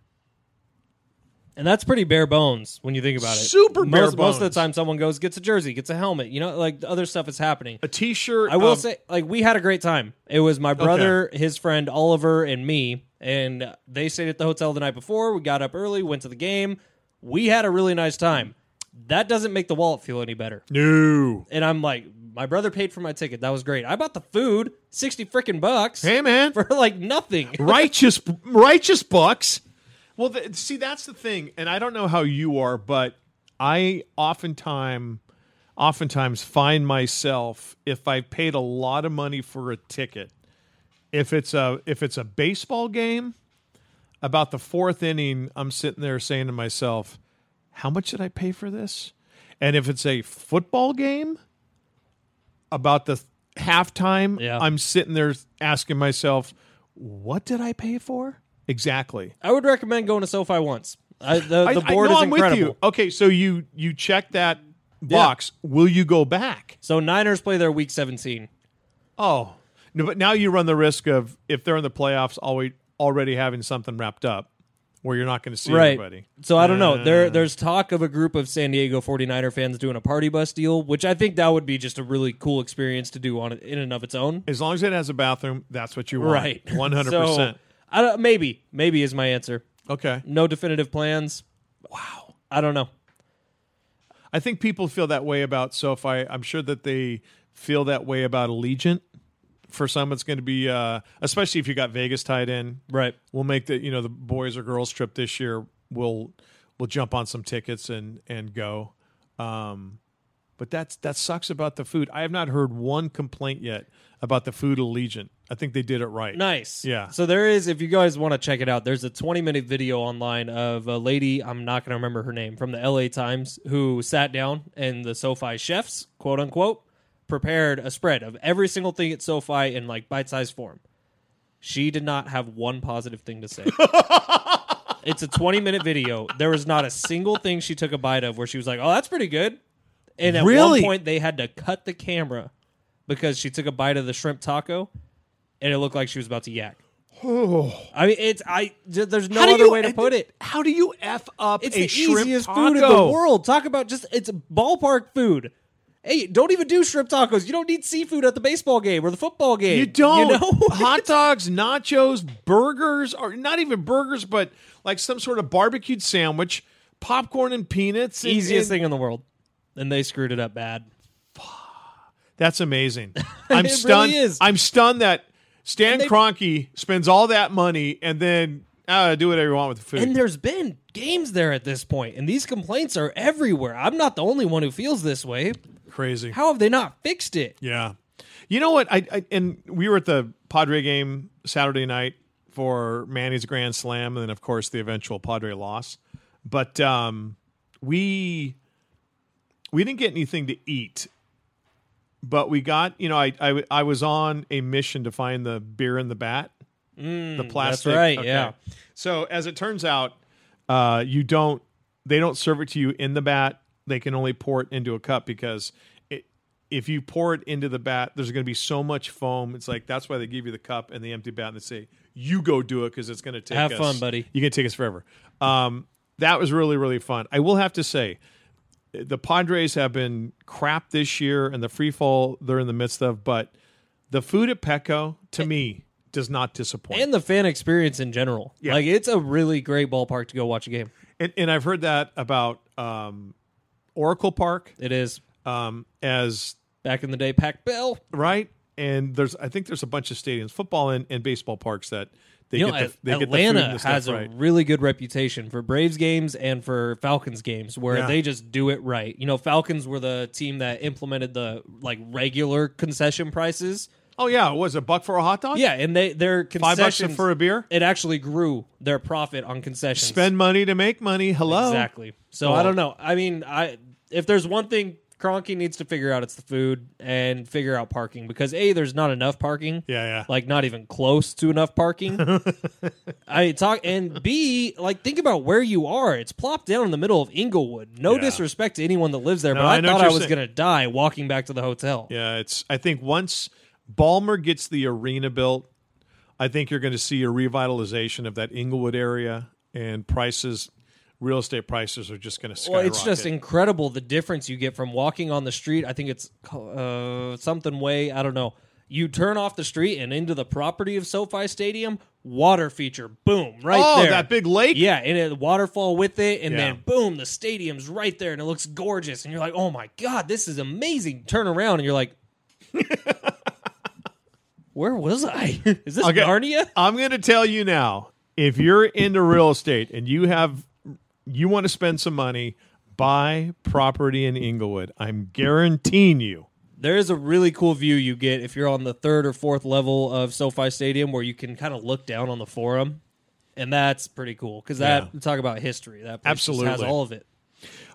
[SPEAKER 7] And that's pretty bare bones when you think about it.
[SPEAKER 6] Super bare
[SPEAKER 7] most, Most
[SPEAKER 6] bones.
[SPEAKER 7] of the time, someone goes, gets a jersey, gets a helmet. You know, like the other stuff is happening.
[SPEAKER 6] A t-shirt.
[SPEAKER 7] I will
[SPEAKER 6] um,
[SPEAKER 7] say, like, we had a great time. It was my brother, his friend Oliver, and me. And they stayed at the hotel the night before. We got up early, went to the game. We had a really nice time. That doesn't make the wallet feel any better.
[SPEAKER 6] no.
[SPEAKER 7] and I'm like, my brother paid for my ticket. That was great. I bought the food, sixty freaking bucks
[SPEAKER 6] Hey man,
[SPEAKER 7] for like nothing.
[SPEAKER 6] righteous righteous bucks. Well, th- see, that's the thing, and I don't know how you are, but I oftentimes oftentimes find myself if I paid a lot of money for a ticket, if it's a if it's a baseball game, about the fourth inning, I'm sitting there saying to myself, "How much did I pay for this?" And if it's a football game, about the th- halftime,
[SPEAKER 7] Yeah.
[SPEAKER 6] I'm sitting there asking myself, "What did I pay for?" Exactly.
[SPEAKER 7] I would recommend going to SoFi once. I, the, the board
[SPEAKER 6] know
[SPEAKER 7] is
[SPEAKER 6] I'm
[SPEAKER 7] incredible.
[SPEAKER 6] with you. Okay, so you you check that box. Will you go back?
[SPEAKER 7] So Niners play their Week 17.
[SPEAKER 6] Oh, no, but now you run the risk of if they're in the playoffs, always already having something wrapped up, where you're not going to see everybody. Uh.
[SPEAKER 7] So I don't know. There there's talk of a group of San Diego 49er fans doing a party bus deal, which I think that would be just a really cool experience to do on in and of its own.
[SPEAKER 6] As long as it has a bathroom, that's what you want.
[SPEAKER 7] Right.
[SPEAKER 6] one hundred
[SPEAKER 7] So,
[SPEAKER 6] percent.
[SPEAKER 7] I don't maybe maybe is my answer.
[SPEAKER 6] Okay,
[SPEAKER 7] No definitive plans. Wow. I don't know.
[SPEAKER 6] I think people feel that way about SoFi. I'm sure that they feel that way about Allegiant. For some, it's going to be, uh, especially if you got Vegas tied in.
[SPEAKER 7] Right.
[SPEAKER 6] We'll make the you know the boys or girls trip this year. We'll we'll jump on some tickets and and go. Um, but that's that sucks about the food. I have not heard one complaint yet about the food at Allegiant. I think they did it right.
[SPEAKER 7] Nice.
[SPEAKER 6] Yeah.
[SPEAKER 7] So there is, if you guys want to check it out, there's a 20 minute video online of a lady, I'm not going to remember her name, from the LA Times, who sat down and the SoFi chefs, quote unquote, prepared a spread of every single thing at SoFi in like bite sized form. She did not have one positive thing to say. it's a 20 minute video. There was not a single thing she took a bite of where she was like, oh, that's pretty good. And at
[SPEAKER 6] Really?
[SPEAKER 7] one point, they had to cut the camera because she took a bite of the shrimp taco and it looked like she was about to yak. I mean, it's I. th- There's no other way to put it.
[SPEAKER 6] How do you f up
[SPEAKER 7] It's
[SPEAKER 6] a
[SPEAKER 7] the
[SPEAKER 6] shrimp
[SPEAKER 7] easiest
[SPEAKER 6] taco?
[SPEAKER 7] food in the world. Talk about just it's ballpark food. Hey, don't even do shrimp tacos. You don't need seafood at the baseball game or the football game.
[SPEAKER 6] You don't.
[SPEAKER 7] You know?
[SPEAKER 6] Hot dogs, nachos, burgers, or not even burgers, but like some sort of barbecued sandwich, popcorn and peanuts. and-
[SPEAKER 7] easiest
[SPEAKER 6] and-
[SPEAKER 7] thing in the world, and they screwed it up bad.
[SPEAKER 6] That's amazing. I'm
[SPEAKER 7] really
[SPEAKER 6] stunned.
[SPEAKER 7] is.
[SPEAKER 6] I'm stunned that Stan
[SPEAKER 7] And they-
[SPEAKER 6] Kroenke spends all that money and then uh, do whatever you want with the food.
[SPEAKER 7] And there's been games there at this point, and these complaints are everywhere. I'm not the only one who feels this way.
[SPEAKER 6] Crazy.
[SPEAKER 7] How have they not fixed it?
[SPEAKER 6] Yeah. You know what? I, I and we were at the Padre game Saturday night for Manny's grand slam, and then of course the eventual Padre loss. But um, we we didn't get anything to eat, but we got you know I I, w- I was on a mission to find the beer in the bat, the plastic.
[SPEAKER 7] Mm, right, yeah.
[SPEAKER 6] So as it turns out, uh, you don't they don't serve it to you in the bat. They can only pour it into a cup because it, if you pour it into the bat, there's going to be so much foam. It's like that's why they give you the cup and the empty bat, and they say you go do it because it's going to take
[SPEAKER 7] Have
[SPEAKER 6] us-
[SPEAKER 7] fun, buddy.
[SPEAKER 6] You're going to take us forever. Um, that was really really fun. I will have to say, the Padres have been crap this year, and the free fall they're in the midst of, but the food at Petco to me does not disappoint.
[SPEAKER 7] And the fan experience in general.
[SPEAKER 6] Yeah.
[SPEAKER 7] Like, it's a really great ballpark to go watch a game.
[SPEAKER 6] And, and I've heard that about um, Oracle Park
[SPEAKER 7] It is.
[SPEAKER 6] um, as
[SPEAKER 7] Back in the day, Pac Bell.
[SPEAKER 6] right, and there's I think there's a bunch of stadiums, football and, and baseball parks that they
[SPEAKER 7] You
[SPEAKER 6] get
[SPEAKER 7] know,
[SPEAKER 6] the, they get the food and
[SPEAKER 7] Atlanta
[SPEAKER 6] the stuff
[SPEAKER 7] has a
[SPEAKER 6] right.
[SPEAKER 7] really good reputation for Braves games and for Falcons games where
[SPEAKER 6] Yeah.
[SPEAKER 7] they just do it right. You know, Falcons were the team that implemented the like regular concession prices.
[SPEAKER 6] Oh yeah, it was a buck for a hot dog.
[SPEAKER 7] Yeah, and they their
[SPEAKER 6] five bucks
[SPEAKER 7] concessions
[SPEAKER 6] for a beer.
[SPEAKER 7] it actually grew their profit on concessions.
[SPEAKER 6] Spend money to make money. Hello,
[SPEAKER 7] exactly. So
[SPEAKER 6] Wow.
[SPEAKER 7] I don't know. I mean, I if there's one thing Cronky needs to figure out, it's the food and figure out parking because a there's not enough parking.
[SPEAKER 6] Yeah, yeah.
[SPEAKER 7] Like not even close to enough parking. I talk and b like think about where you are. It's plopped down in the middle of Inglewood. No
[SPEAKER 6] Yeah.
[SPEAKER 7] disrespect to anyone that lives there,
[SPEAKER 6] No,
[SPEAKER 7] but
[SPEAKER 6] I
[SPEAKER 7] I,
[SPEAKER 6] know what
[SPEAKER 7] thought I
[SPEAKER 6] you're
[SPEAKER 7] was
[SPEAKER 6] saying.
[SPEAKER 7] gonna die walking back to the hotel.
[SPEAKER 6] Yeah, it's. I think once Balmer gets the arena built, I think you're going to see a revitalization of that Inglewood area, and prices, real estate prices, are just going to
[SPEAKER 7] Well,
[SPEAKER 6] skyrocket.
[SPEAKER 7] it's just incredible the difference you get from walking on the street. I think it's uh, something way I don't know. You turn off the street and into the property of SoFi Stadium. Water feature, boom, right
[SPEAKER 6] oh,
[SPEAKER 7] there.
[SPEAKER 6] that big lake.
[SPEAKER 7] yeah, and a waterfall with it, and
[SPEAKER 6] Yeah.
[SPEAKER 7] then boom, the stadium's right there, and it looks gorgeous. And you're like, oh my god, this is amazing. Turn around, and you're like, where was I? is this
[SPEAKER 6] Okay.
[SPEAKER 7] Narnia?
[SPEAKER 6] I'm going to tell you now. If you're into real estate and you have, you want to spend some money, buy property in Inglewood. I'm guaranteeing you.
[SPEAKER 7] There is a really cool view you get if you're on the third or fourth level of SoFi Stadium, where you can kind of look down on the forum, and that's pretty cool because that talk about history. That place just has
[SPEAKER 6] Absolutely.
[SPEAKER 7] all of it.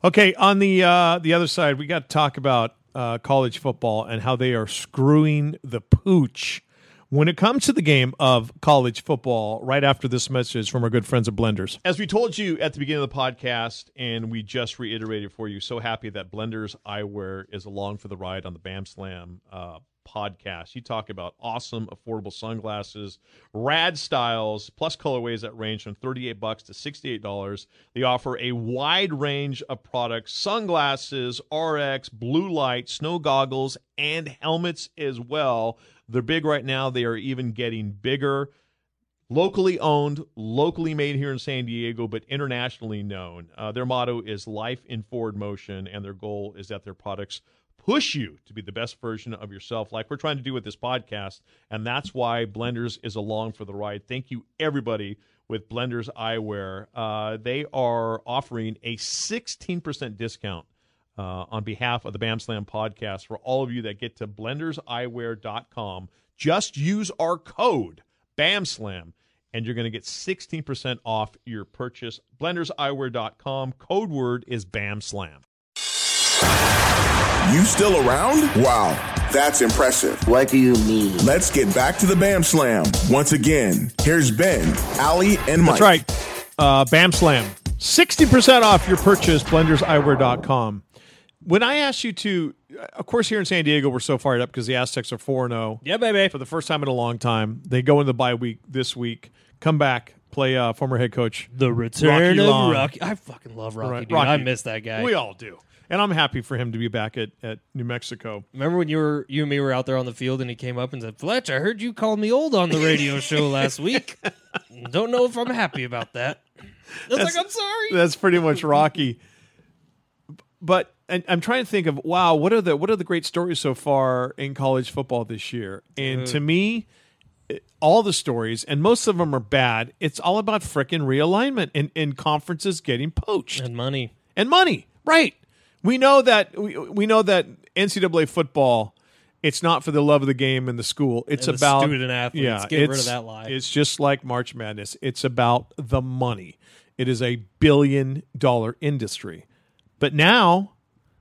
[SPEAKER 6] Okay, on the uh, the other side, we got to talk about uh, college football and how they are screwing the pooch when it comes to the game of college football. Right after this message from our good friends at Blenders, as we told you at the beginning of the podcast, and we just reiterated for you, so happy that Blenders Eyewear is along for the ride on the Bam Slam uh, podcast. You talk about awesome, affordable sunglasses, rad styles, plus colorways that range from thirty-eight bucks to sixty-eight dollars. They offer a wide range of products: sunglasses, RX, blue light, snow goggles, and helmets as well. They're big right now. They are even getting bigger locally owned, locally made here in San Diego, but internationally known. Uh, their motto is life in forward motion, and their goal is that their products push you to be the best version of yourself, like we're trying to do with this podcast. And that's why Blenders is along for the ride. Thank you, everybody. With Blenders Eyewear, uh, they are offering a 16% discount uh, on behalf of the Bam Slam podcast for all of you that get to blenderseyewear.com. Just use our code BAMSLAM and you're going to get 16% off your purchase. Blenderseyewear.com. Code word is BAMSLAM.
[SPEAKER 2] You still around? Wow, that's impressive.
[SPEAKER 8] What do you mean?
[SPEAKER 2] Let's get back to the Bam Slam. Once again, here's Ben, Ali, and Mike.
[SPEAKER 6] That's right. Uh, Bam Slam. 60% off your purchase, blenderseyewear.com. When I asked you to, uh, of course, here in San Diego, we're so fired up because the Aztecs are 4 0.
[SPEAKER 7] Yeah, baby.
[SPEAKER 6] For the first time in a long time, they go into the bye week this week, come back, play uh, former head coach.
[SPEAKER 7] The return
[SPEAKER 6] Rocky
[SPEAKER 7] of
[SPEAKER 6] Long.
[SPEAKER 7] Rocky. I fucking love Rocky,
[SPEAKER 6] Right,
[SPEAKER 7] dude.
[SPEAKER 6] Rocky.
[SPEAKER 7] I miss that guy.
[SPEAKER 6] We all do. And I'm happy for him to be back at, at New Mexico.
[SPEAKER 7] Remember when you were you and me were out there on the field and he came up and said, "Fletch, I heard you call me old on the radio show last week. Don't know if I'm happy about that." It's like I'm sorry.
[SPEAKER 6] That's pretty much Rocky. But and I'm trying to think of wow, what are the what are the great stories so far in college football this year? And to me, it- all the stories and most of them are bad. It's all about frickin' realignment and, and conferences getting poached
[SPEAKER 7] and money.
[SPEAKER 6] and money. Right. We know that we, we know that NCAA football. It's not for the love of the game and the school. It's
[SPEAKER 7] And the
[SPEAKER 6] about
[SPEAKER 7] student athletes.
[SPEAKER 6] Yeah,
[SPEAKER 7] Get rid of
[SPEAKER 6] it's-
[SPEAKER 7] that lie.
[SPEAKER 6] It's just like March Madness. It's about the money. It is a billion dollar industry. But now,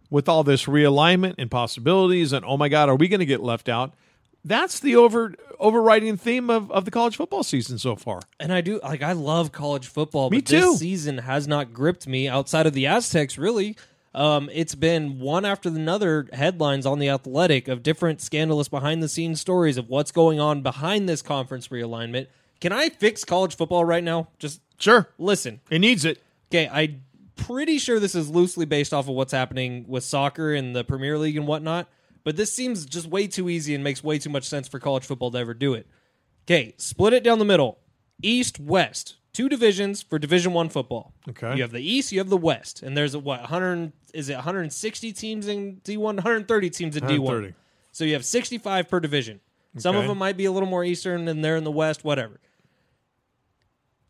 [SPEAKER 6] with all this realignment and possibilities, and oh my God, are we going to get left out? That's the over overriding theme of, of the college football season so far.
[SPEAKER 7] And I do like I love college football,
[SPEAKER 6] Me
[SPEAKER 7] but this
[SPEAKER 6] too.
[SPEAKER 7] season has not gripped me outside of the Aztecs really. Um, it's been one after another headlines on the Athletic of different scandalous behind the scenes stories of what's going on behind this conference realignment. Can I fix college football right now? Just
[SPEAKER 6] Sure,
[SPEAKER 7] listen.
[SPEAKER 6] it needs it.
[SPEAKER 7] Okay, I'm pretty sure this is loosely based off of what's happening with soccer and the Premier League and whatnot, but this seems just way too easy and makes way too much sense for college football to ever do it. Okay, split it down the middle. East, West. Two divisions for Division 1 football.
[SPEAKER 6] Okay.
[SPEAKER 7] You have the East, you have the West, and there's what 100 is it 160 teams in D1, 130 teams in D1.
[SPEAKER 6] 130.
[SPEAKER 7] So you have 65 per division. Some of
[SPEAKER 6] Okay.
[SPEAKER 7] them might be a little more eastern than they're in the west, whatever.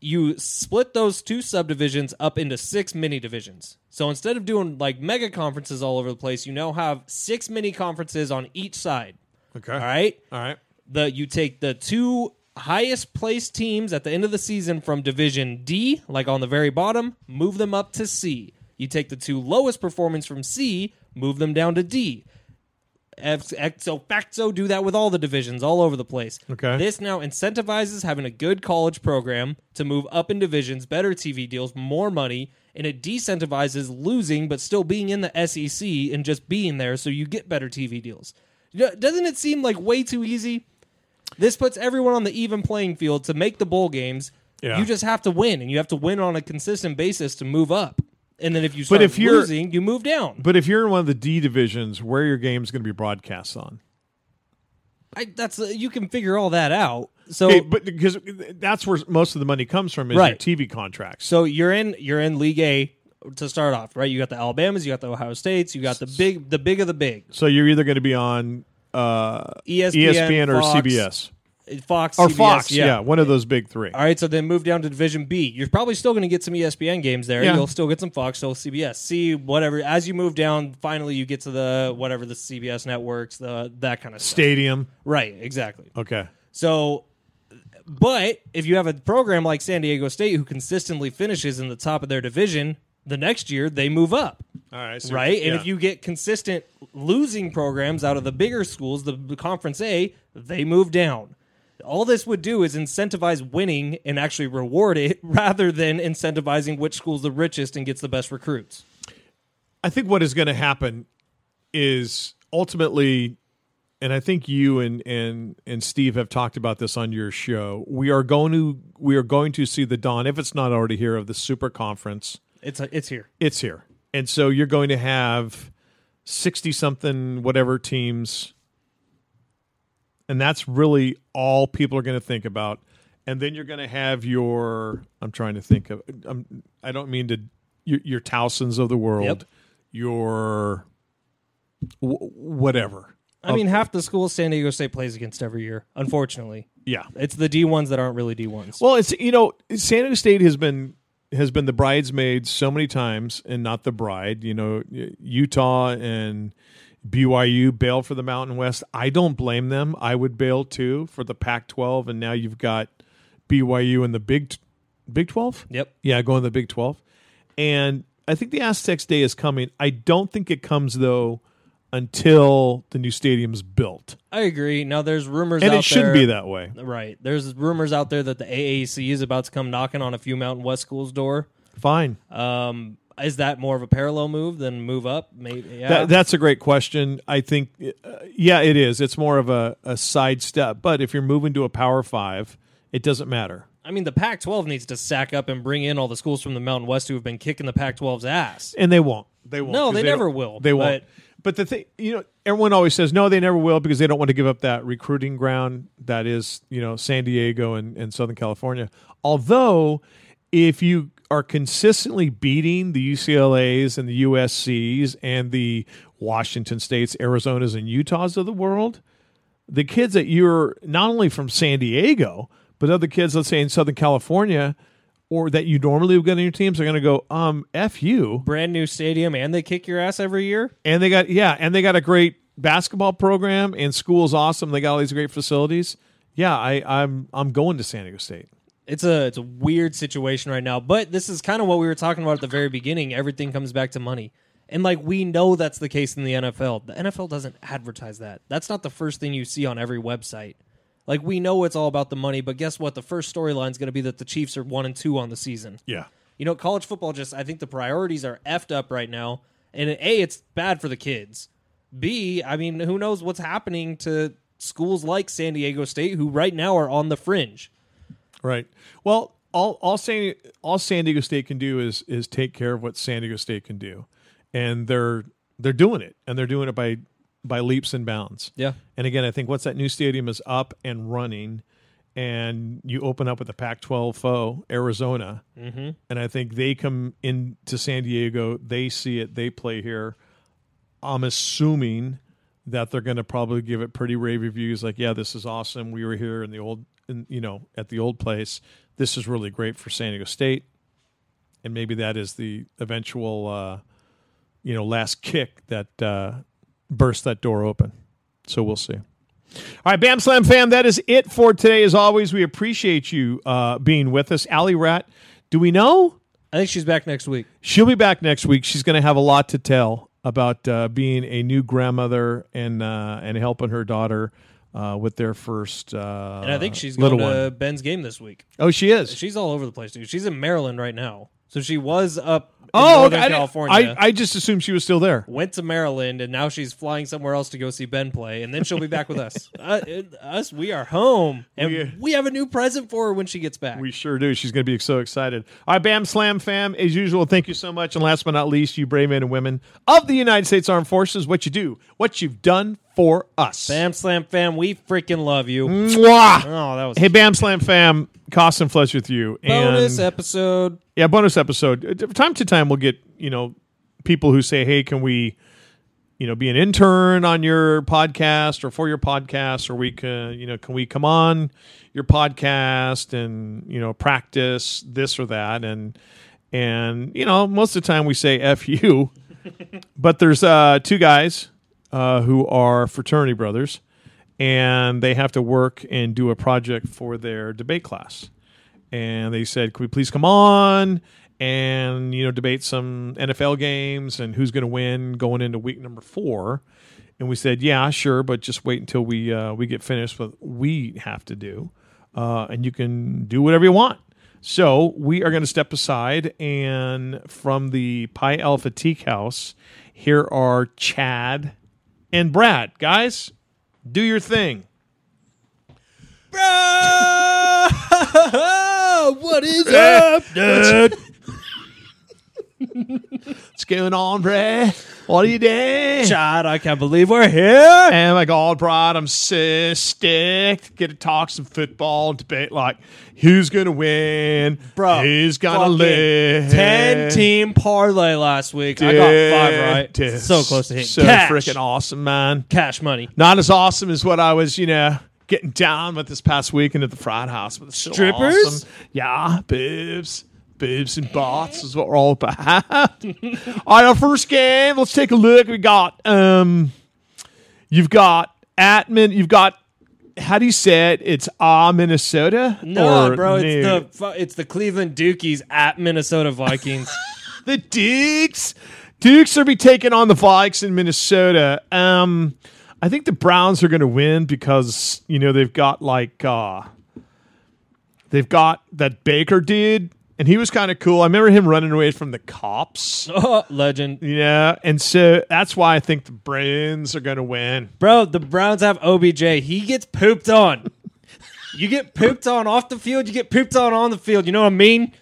[SPEAKER 7] You split those two subdivisions up into six mini divisions. So instead of doing like mega conferences all over the place, you now have six mini conferences on each side.
[SPEAKER 6] Okay,
[SPEAKER 7] All right?
[SPEAKER 6] all right.
[SPEAKER 7] The you take the two highest placed teams at the end of the season from division D, like on the very bottom, move them up to C. You take the two lowest performance from C, move them down to D. Ex- Exo facto do that with all the divisions all over the place.
[SPEAKER 6] Okay.
[SPEAKER 7] This now incentivizes having a good college program to move up in divisions, better TV deals, more money, and it decentivizes losing but still being in the SEC and just being there so you get better TV deals. Do- Doesn't it seem like way too easy? This puts everyone on the even playing field to make the bowl games.
[SPEAKER 6] Yeah.
[SPEAKER 7] You just have to win, and you have to win on a consistent basis to move up. And then if you start
[SPEAKER 6] if you're-
[SPEAKER 7] losing, you move down.
[SPEAKER 6] But if you're in one of the D divisions, where your game's going to be broadcast on?
[SPEAKER 7] I, that's uh, you can figure all that out. So,
[SPEAKER 6] Okay, but because that's where most of the money comes from is
[SPEAKER 7] Right.
[SPEAKER 6] your TV contracts.
[SPEAKER 7] so you're in you're in League A to start off, right? You got the Alabamas, you got the Ohio States, you got the big the big of the big E
[SPEAKER 6] So you're either going to be on uh,
[SPEAKER 7] ESPN,
[SPEAKER 6] ESPN or
[SPEAKER 7] Fox,
[SPEAKER 6] CBS
[SPEAKER 7] Fox
[SPEAKER 6] or
[SPEAKER 7] CBS,
[SPEAKER 6] Fox. Yeah. one of those big three.
[SPEAKER 7] All right, so then move down to Division B. You're probably still going to get some E ESPN games there.
[SPEAKER 6] Yeah.
[SPEAKER 7] You'll still get some Fox, still CBS, C, whatever. As you move down, finally you get to the whatever the CBS networks, the that kind of stuff.
[SPEAKER 6] Stadium.
[SPEAKER 7] Right, exactly.
[SPEAKER 6] Okay.
[SPEAKER 7] So, but if you have a program like San Diego State who consistently finishes in the top of their division, the next year they move up,
[SPEAKER 6] All right.
[SPEAKER 7] right? And if you get consistent losing programs out of the bigger schools, the, the Conference A, they move down. All this would do is incentivize winning and actually reward it rather than incentivizing which school's the richest and gets the best recruits.
[SPEAKER 6] I think what is going to happen is ultimately, and I think you and and and Steve have talked about this on your show. We are going to we are going to see the dawn, if it's not already here, of the super conference.
[SPEAKER 7] It's it's here.
[SPEAKER 6] it's here. And so you're going to have 60 something whatever teams and that's really all people are going to think about. And then you're going to have your I'm trying to think of I'm, I don't mean to your, your Towsons of the world,
[SPEAKER 7] Yep.
[SPEAKER 6] your w- whatever.
[SPEAKER 7] I mean, half the schools San Diego State plays against every year. Unfortunately,
[SPEAKER 6] Yeah.
[SPEAKER 7] it's the D ones that aren't really D ones.
[SPEAKER 6] Well, it's you know, San Diego State has been has been the bridesmaid so many times and not the bride. You know, Utah and BYU bail for the Mountain West. I don't blame them. I would bail too for the Pac-12, and now you've got BYU and the Big Big Twelve.
[SPEAKER 7] Yep.
[SPEAKER 6] Yeah, going to the Big 12. And I think the Aztecs Day is coming. I don't think it comes though until the new stadium's built.
[SPEAKER 7] I agree. Now there's rumors,
[SPEAKER 6] And
[SPEAKER 7] out
[SPEAKER 6] it shouldn't
[SPEAKER 7] there-
[SPEAKER 6] be that way.
[SPEAKER 7] Right. There's rumors out there that the AAC is about to come knocking on a few Mountain West schools' door.
[SPEAKER 6] Fine.
[SPEAKER 7] Um, is that more of a parallel move than move up? Maybe. Yeah.
[SPEAKER 6] That, that's a great question. I think, uh, yeah, it is. It's more of a, a sidestep. But if you're moving to a Power Five, it doesn't matter.
[SPEAKER 7] I mean, the Pac-12 needs to sack up and bring in all the schools from the Mountain West who have been kicking the Pac-12's ass.
[SPEAKER 6] And they won't. They won't.
[SPEAKER 7] No,
[SPEAKER 6] 'cause
[SPEAKER 7] they never
[SPEAKER 6] don't-
[SPEAKER 7] will,
[SPEAKER 6] They won't.
[SPEAKER 7] but-
[SPEAKER 6] But, the thing, you know, everyone always says, no, they never will because they don't want to give up that recruiting ground that is, you know, San Diego and, and Southern California. Although, if you are consistently beating the UCLA's and the USC's and the Washington States, Arizonas, and Utahs of the world, the kids that you're not only from San Diego, but other kids, let's say in Southern California, or that you normally would get on your teams, are going to go, um, F you
[SPEAKER 7] Brand new stadium, and they kick your ass every year.
[SPEAKER 6] and they got yeah, and they got a great basketball program, and school's awesome. They got all these great facilities. Yeah, I, I'm I'm going to San Diego State.
[SPEAKER 7] It's a it's a weird situation right now, but this is kind of what we were talking about at the very beginning. Everything comes back to money. And like we know that's the case in the NFL. The NFL doesn't advertise that. That's not the first thing you see on every website. Like we know it's all about the money, but guess what? The first storyline is going to be that the Chiefs are 1 and 2 on the season.
[SPEAKER 6] Yeah,
[SPEAKER 7] You know, college football just I think the priorities are effed up right now. And A, it's bad for the kids. B, I mean, who knows what's happening to schools like San Diego State who right now are on the fringe.
[SPEAKER 6] right. Well, all all San all San Diego State can do is is take care of what San Diego State can do, and they're they're doing it, and they're doing it by by leaps and bounds.
[SPEAKER 7] Yeah.
[SPEAKER 6] And again, I think once that new stadium is up and running, and you open up with the Pac-12 foe, Arizona, mm-hmm. and I think they come into San Diego, they see it, they play here. I'm assuming that they're going to probably give it pretty rave reviews. Like, yeah, this is awesome. We were here in the old, in, you know, at the old place. This is really great for San Diego State, and maybe that is the eventual, uh, you know, last kick that uh, bursts that door open. So we'll see. All right, Bam Slam fam, that is it for today. As always, we appreciate you uh, being with us. Alley Rat, do we know?
[SPEAKER 7] I think she's back next week.
[SPEAKER 6] She'll be back next week. She's going to have a lot to tell about uh, being a new grandmother and uh, and helping her daughter uh, with their first. Uh,
[SPEAKER 7] And I think she's
[SPEAKER 6] little
[SPEAKER 7] going to
[SPEAKER 6] one.
[SPEAKER 7] Ben's game this week.
[SPEAKER 6] Oh, she is.
[SPEAKER 7] She's all over the place, dude. She's in Maryland right now. So she was up in
[SPEAKER 6] oh,
[SPEAKER 7] Northern
[SPEAKER 6] okay. I, didn't-
[SPEAKER 7] California.
[SPEAKER 6] I I just assumed she was still there.
[SPEAKER 7] went to Maryland and now she's flying somewhere else to go see Ben play and then she'll be back with us. Uh, it- us we are home and
[SPEAKER 6] We-
[SPEAKER 7] we, have a new present for her when she gets back.
[SPEAKER 6] We sure do. She's going to be so excited. All right, Bam Slam fam, as usual, thank you so much. And last but not least, you brave men and women of the United States Armed Forces, what you do, what you've done for us.
[SPEAKER 7] Bam Slam fam, we freaking love you.
[SPEAKER 6] Mwah!
[SPEAKER 7] Oh, that was
[SPEAKER 6] Mm. Hey, Bam Slam fam, Cost and Flesh with you.
[SPEAKER 7] bonus
[SPEAKER 6] and,
[SPEAKER 7] episode.
[SPEAKER 6] yeah, bonus episode. Uh, t- Time to time, we'll get you know people who say, "Hey, can we, you know, be an intern on your podcast or for your podcast, or we can, you know, can we come on your podcast and you know practice this or that?" And and you know, most of the time we say "f you," but there's uh, two guys uh, who are fraternity brothers, and they have to work and do a project for their debate class and they said, "Could we please come on and you know debate some NFL games and who's going to win going into week number four? And we said, "Yeah, sure, but just wait until we uh, we get finished with what we have to do, uh, and you can do whatever you want." So we are going to step aside, and from the Pi Alpha Teak House, here are Chad and Brad. Guys, do your thing.
[SPEAKER 7] what is up?
[SPEAKER 6] What's going on, Brad? What are you doing?
[SPEAKER 7] God, I can't believe we're here.
[SPEAKER 6] And like all pride, I'm so sick. Get to talk some football debate, like who's gonna win,
[SPEAKER 7] Bro,
[SPEAKER 6] who's gonna
[SPEAKER 7] fucking
[SPEAKER 6] live.
[SPEAKER 7] Ten team parlay last week. I got five right.
[SPEAKER 6] Dude,
[SPEAKER 7] so close to hitting
[SPEAKER 6] So
[SPEAKER 7] cash.
[SPEAKER 6] freaking awesome, man.
[SPEAKER 7] cash money.
[SPEAKER 6] Not as awesome as what I was, you know, getting down with this past weekend at the Fried House. But it's still
[SPEAKER 7] Strippers?
[SPEAKER 6] awesome. yeah, boobs, boobs and bots is what we're all about. all right, our first game. Let's take a look. We got um, you've got Atman. You've got how do you say it? It's Ah Minnesota.
[SPEAKER 7] No,
[SPEAKER 6] Or
[SPEAKER 7] bro,
[SPEAKER 6] no?
[SPEAKER 7] it's the fu- it's the Cleveland Dukies at Minnesota Vikings.
[SPEAKER 6] the Dukes. Dukes are be taking on the Vikes in Minnesota. Um, I think the Browns are going to win because you know they've got like uh, they've got that Baker dude, and he was kind of cool. I remember him running away from the cops.
[SPEAKER 7] oh, legend,
[SPEAKER 6] Yeah, and so that's why I think the Browns are going to win.
[SPEAKER 7] bro. The Browns have OBJ. He gets pooped on. You get pooped on off the field. You get pooped on on the field. You know what I mean?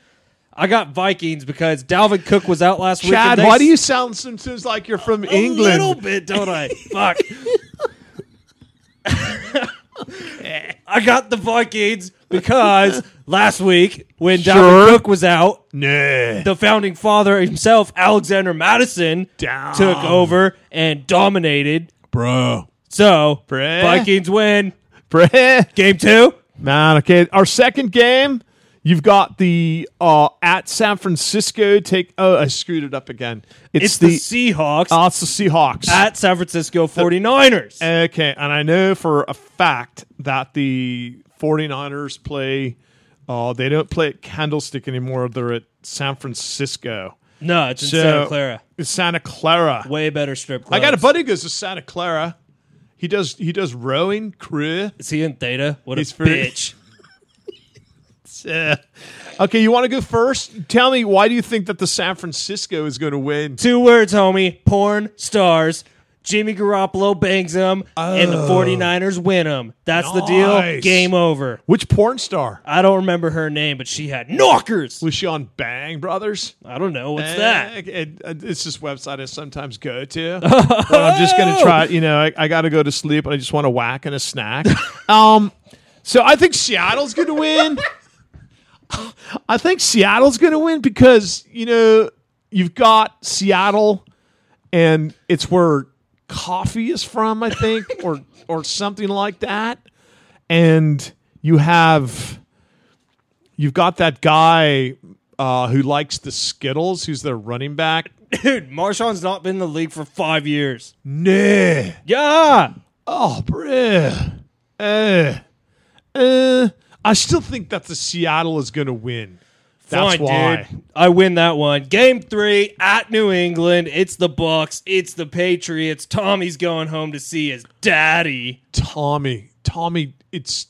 [SPEAKER 7] I got Vikings because Dalvin Cook was out last week.
[SPEAKER 6] Chad,
[SPEAKER 7] and they
[SPEAKER 6] why do you sound sometimes like you're from England?
[SPEAKER 7] A little bit, don't I? Fuck. I got the Vikings because last week when
[SPEAKER 6] Sure.
[SPEAKER 7] Dalvin Cook was out,
[SPEAKER 6] Nah.
[SPEAKER 7] the founding father himself, Alexander Madison,
[SPEAKER 6] Down.
[SPEAKER 7] took over and dominated.
[SPEAKER 6] Bro.
[SPEAKER 7] So
[SPEAKER 6] Bruh.
[SPEAKER 7] Vikings win
[SPEAKER 6] Bruh.
[SPEAKER 7] game two.
[SPEAKER 6] Man, okay. Our second game, you've got the uh, at San Francisco take. Oh, I screwed it up again. It's,
[SPEAKER 7] It's,
[SPEAKER 6] the,
[SPEAKER 7] the, Seahawks
[SPEAKER 6] uh, it's the Seahawks.
[SPEAKER 7] at San Francisco 49ers.
[SPEAKER 6] okay, and I know for a fact that the 49ers play. Uh, they don't play at Candlestick anymore. They're at San Francisco.
[SPEAKER 7] no, it's in
[SPEAKER 6] So-
[SPEAKER 7] Santa Clara.
[SPEAKER 6] It's Santa Clara.
[SPEAKER 7] Way better strip club.
[SPEAKER 6] I got a buddy who goes to Santa Clara. He does he does rowing, career.
[SPEAKER 7] Is he in Theta? What
[SPEAKER 6] He's
[SPEAKER 7] a
[SPEAKER 6] very-
[SPEAKER 7] bitch.
[SPEAKER 6] Eh. Okay, you want to go first? Tell me why do you think that the San Francisco is going to win?
[SPEAKER 7] Two words, homie. Porn stars. Jimmy Garoppolo bangs them, and the 49ers win them. That's the deal.
[SPEAKER 6] Oh. Nice.
[SPEAKER 7] Game over.
[SPEAKER 6] Which porn star
[SPEAKER 7] I don't remember her name, but she had knockers.
[SPEAKER 6] was she on Bang Brothers?
[SPEAKER 7] I don't know. What's
[SPEAKER 6] Eh,
[SPEAKER 7] that?
[SPEAKER 6] it- it's this website I sometimes go to. Well, I'm just going to try. You know, I, I got to go to sleep, and I just want a whack and a snack. um, so I think Seattle's going to win. I think Seattle's going to win because you know you've got Seattle, and it's where coffee is from, I think, or or something like that, and you have you've got that guy uh, who likes the Skittles, who's their running back.
[SPEAKER 7] Dude, Marshawn's not been in the league for five years.
[SPEAKER 6] Nah.
[SPEAKER 7] Yeah.
[SPEAKER 6] Oh, bruh. Uh, uh, I still think that the Seattle is going to win. That's
[SPEAKER 7] Fine,
[SPEAKER 6] why.
[SPEAKER 7] dude. I win that one. Game three at New England. It's the Bucks. It's the Patriots. Tommy's going home to see his daddy.
[SPEAKER 6] Tommy. Tommy. It's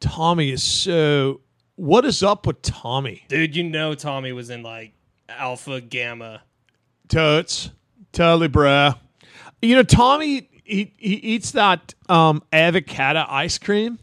[SPEAKER 6] Tommy is so. What is up with Tommy?
[SPEAKER 7] Dude, you know Tommy was in like alpha gamma.
[SPEAKER 6] Totes. Totally, bruh. You know, Tommy, he, he eats that um, avocado ice cream.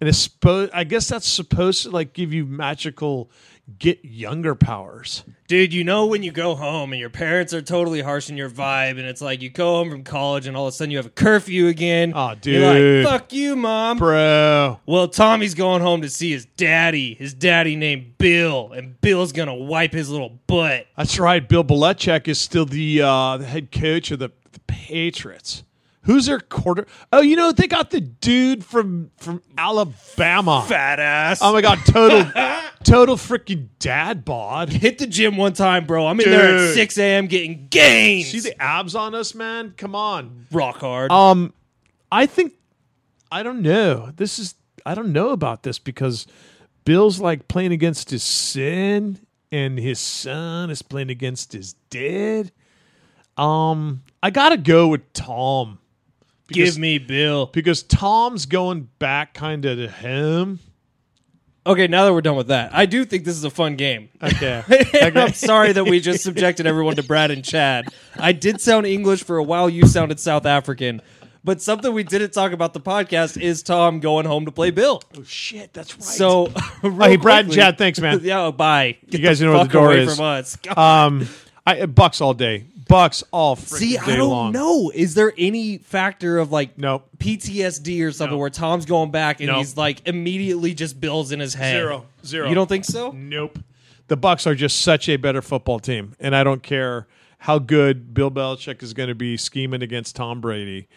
[SPEAKER 6] And it's supposed, I guess that's supposed to like give you magical get younger powers.
[SPEAKER 7] Dude, you know when you go home and your parents are totally harsh in your vibe, and it's like you go home from college and all of a sudden you have a curfew again.
[SPEAKER 6] Aw,
[SPEAKER 7] You're
[SPEAKER 6] dude.
[SPEAKER 7] like, fuck you, mom.
[SPEAKER 6] Bro.
[SPEAKER 7] Well, Tommy's going home to see his daddy. His daddy named Bill, and Bill's gonna wipe his little butt.
[SPEAKER 6] That's right. Bill Belichick is still the uh, the head coach of the, the Patriots. Who's their quarter? Oh, you know they got the dude from from Alabama.
[SPEAKER 7] Fat ass.
[SPEAKER 6] Oh my god, total total freaking dad bod.
[SPEAKER 7] Hit the gym one time, bro. I'm in there at
[SPEAKER 6] Dude.
[SPEAKER 7] 6 a.m. getting gains.
[SPEAKER 6] See the abs on us, man. Come on.
[SPEAKER 7] rock hard.
[SPEAKER 6] Um, I think I don't know. This is I don't know about this because Bill's like playing against his sin, and his son is playing against his dad. Um, I gotta go with Tom
[SPEAKER 7] Give
[SPEAKER 6] because-
[SPEAKER 7] me Bill.
[SPEAKER 6] because Tom's going back kind of to him.
[SPEAKER 7] Okay, now that we're done with that, I do think this is a fun game.
[SPEAKER 6] Okay,
[SPEAKER 7] I'm sorry that we just subjected everyone to Brad and Chad. I did sound English for a while. You sounded South African. But something we didn't talk about the podcast is Tom going home to play Bill.
[SPEAKER 6] Oh, shit, that's right.
[SPEAKER 7] So,
[SPEAKER 6] Oh, hey, Brad and Chad, thanks, man.
[SPEAKER 7] yeah, oh, bye. Get
[SPEAKER 6] guys
[SPEAKER 7] the
[SPEAKER 6] know where the
[SPEAKER 7] fuck
[SPEAKER 6] door
[SPEAKER 7] away
[SPEAKER 6] is.
[SPEAKER 7] From us. God.
[SPEAKER 6] um, I Bucks all day, Bucks all freaking
[SPEAKER 7] See,
[SPEAKER 6] day
[SPEAKER 7] I don't
[SPEAKER 6] long.
[SPEAKER 7] know. Is there any factor of like
[SPEAKER 6] Nope.
[SPEAKER 7] PTSD or something
[SPEAKER 6] No.
[SPEAKER 7] where Tom's going back and
[SPEAKER 6] Nope.
[SPEAKER 7] he's like immediately just bills in his head?
[SPEAKER 6] Zero. Zero.
[SPEAKER 7] You don't think so?
[SPEAKER 6] Nope. The Bucks are just such a better football team, and I don't care how good Bill Belichick is going to be scheming against Tom Brady.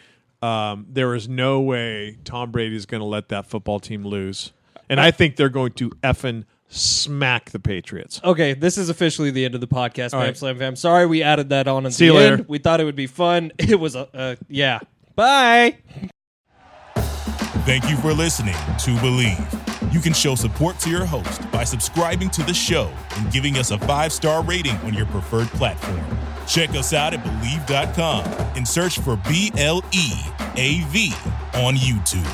[SPEAKER 6] Um, there is no way Tom Brady is going to let that football team lose, and I think they're going to effing smack the Patriots.
[SPEAKER 7] Okay, this is officially the end of the podcast, Bam
[SPEAKER 6] right.
[SPEAKER 7] Slam Fam. Sorry we added that on at
[SPEAKER 6] See
[SPEAKER 7] the
[SPEAKER 6] you
[SPEAKER 7] end.
[SPEAKER 6] later.
[SPEAKER 7] We thought it would be fun. It was a uh, yeah. Bye.
[SPEAKER 1] Thank you for listening to Believe. You can show support to your host by subscribing to the show and giving us a five star rating on your preferred platform. Check us out at Believe.com and search for B L E A V on YouTube.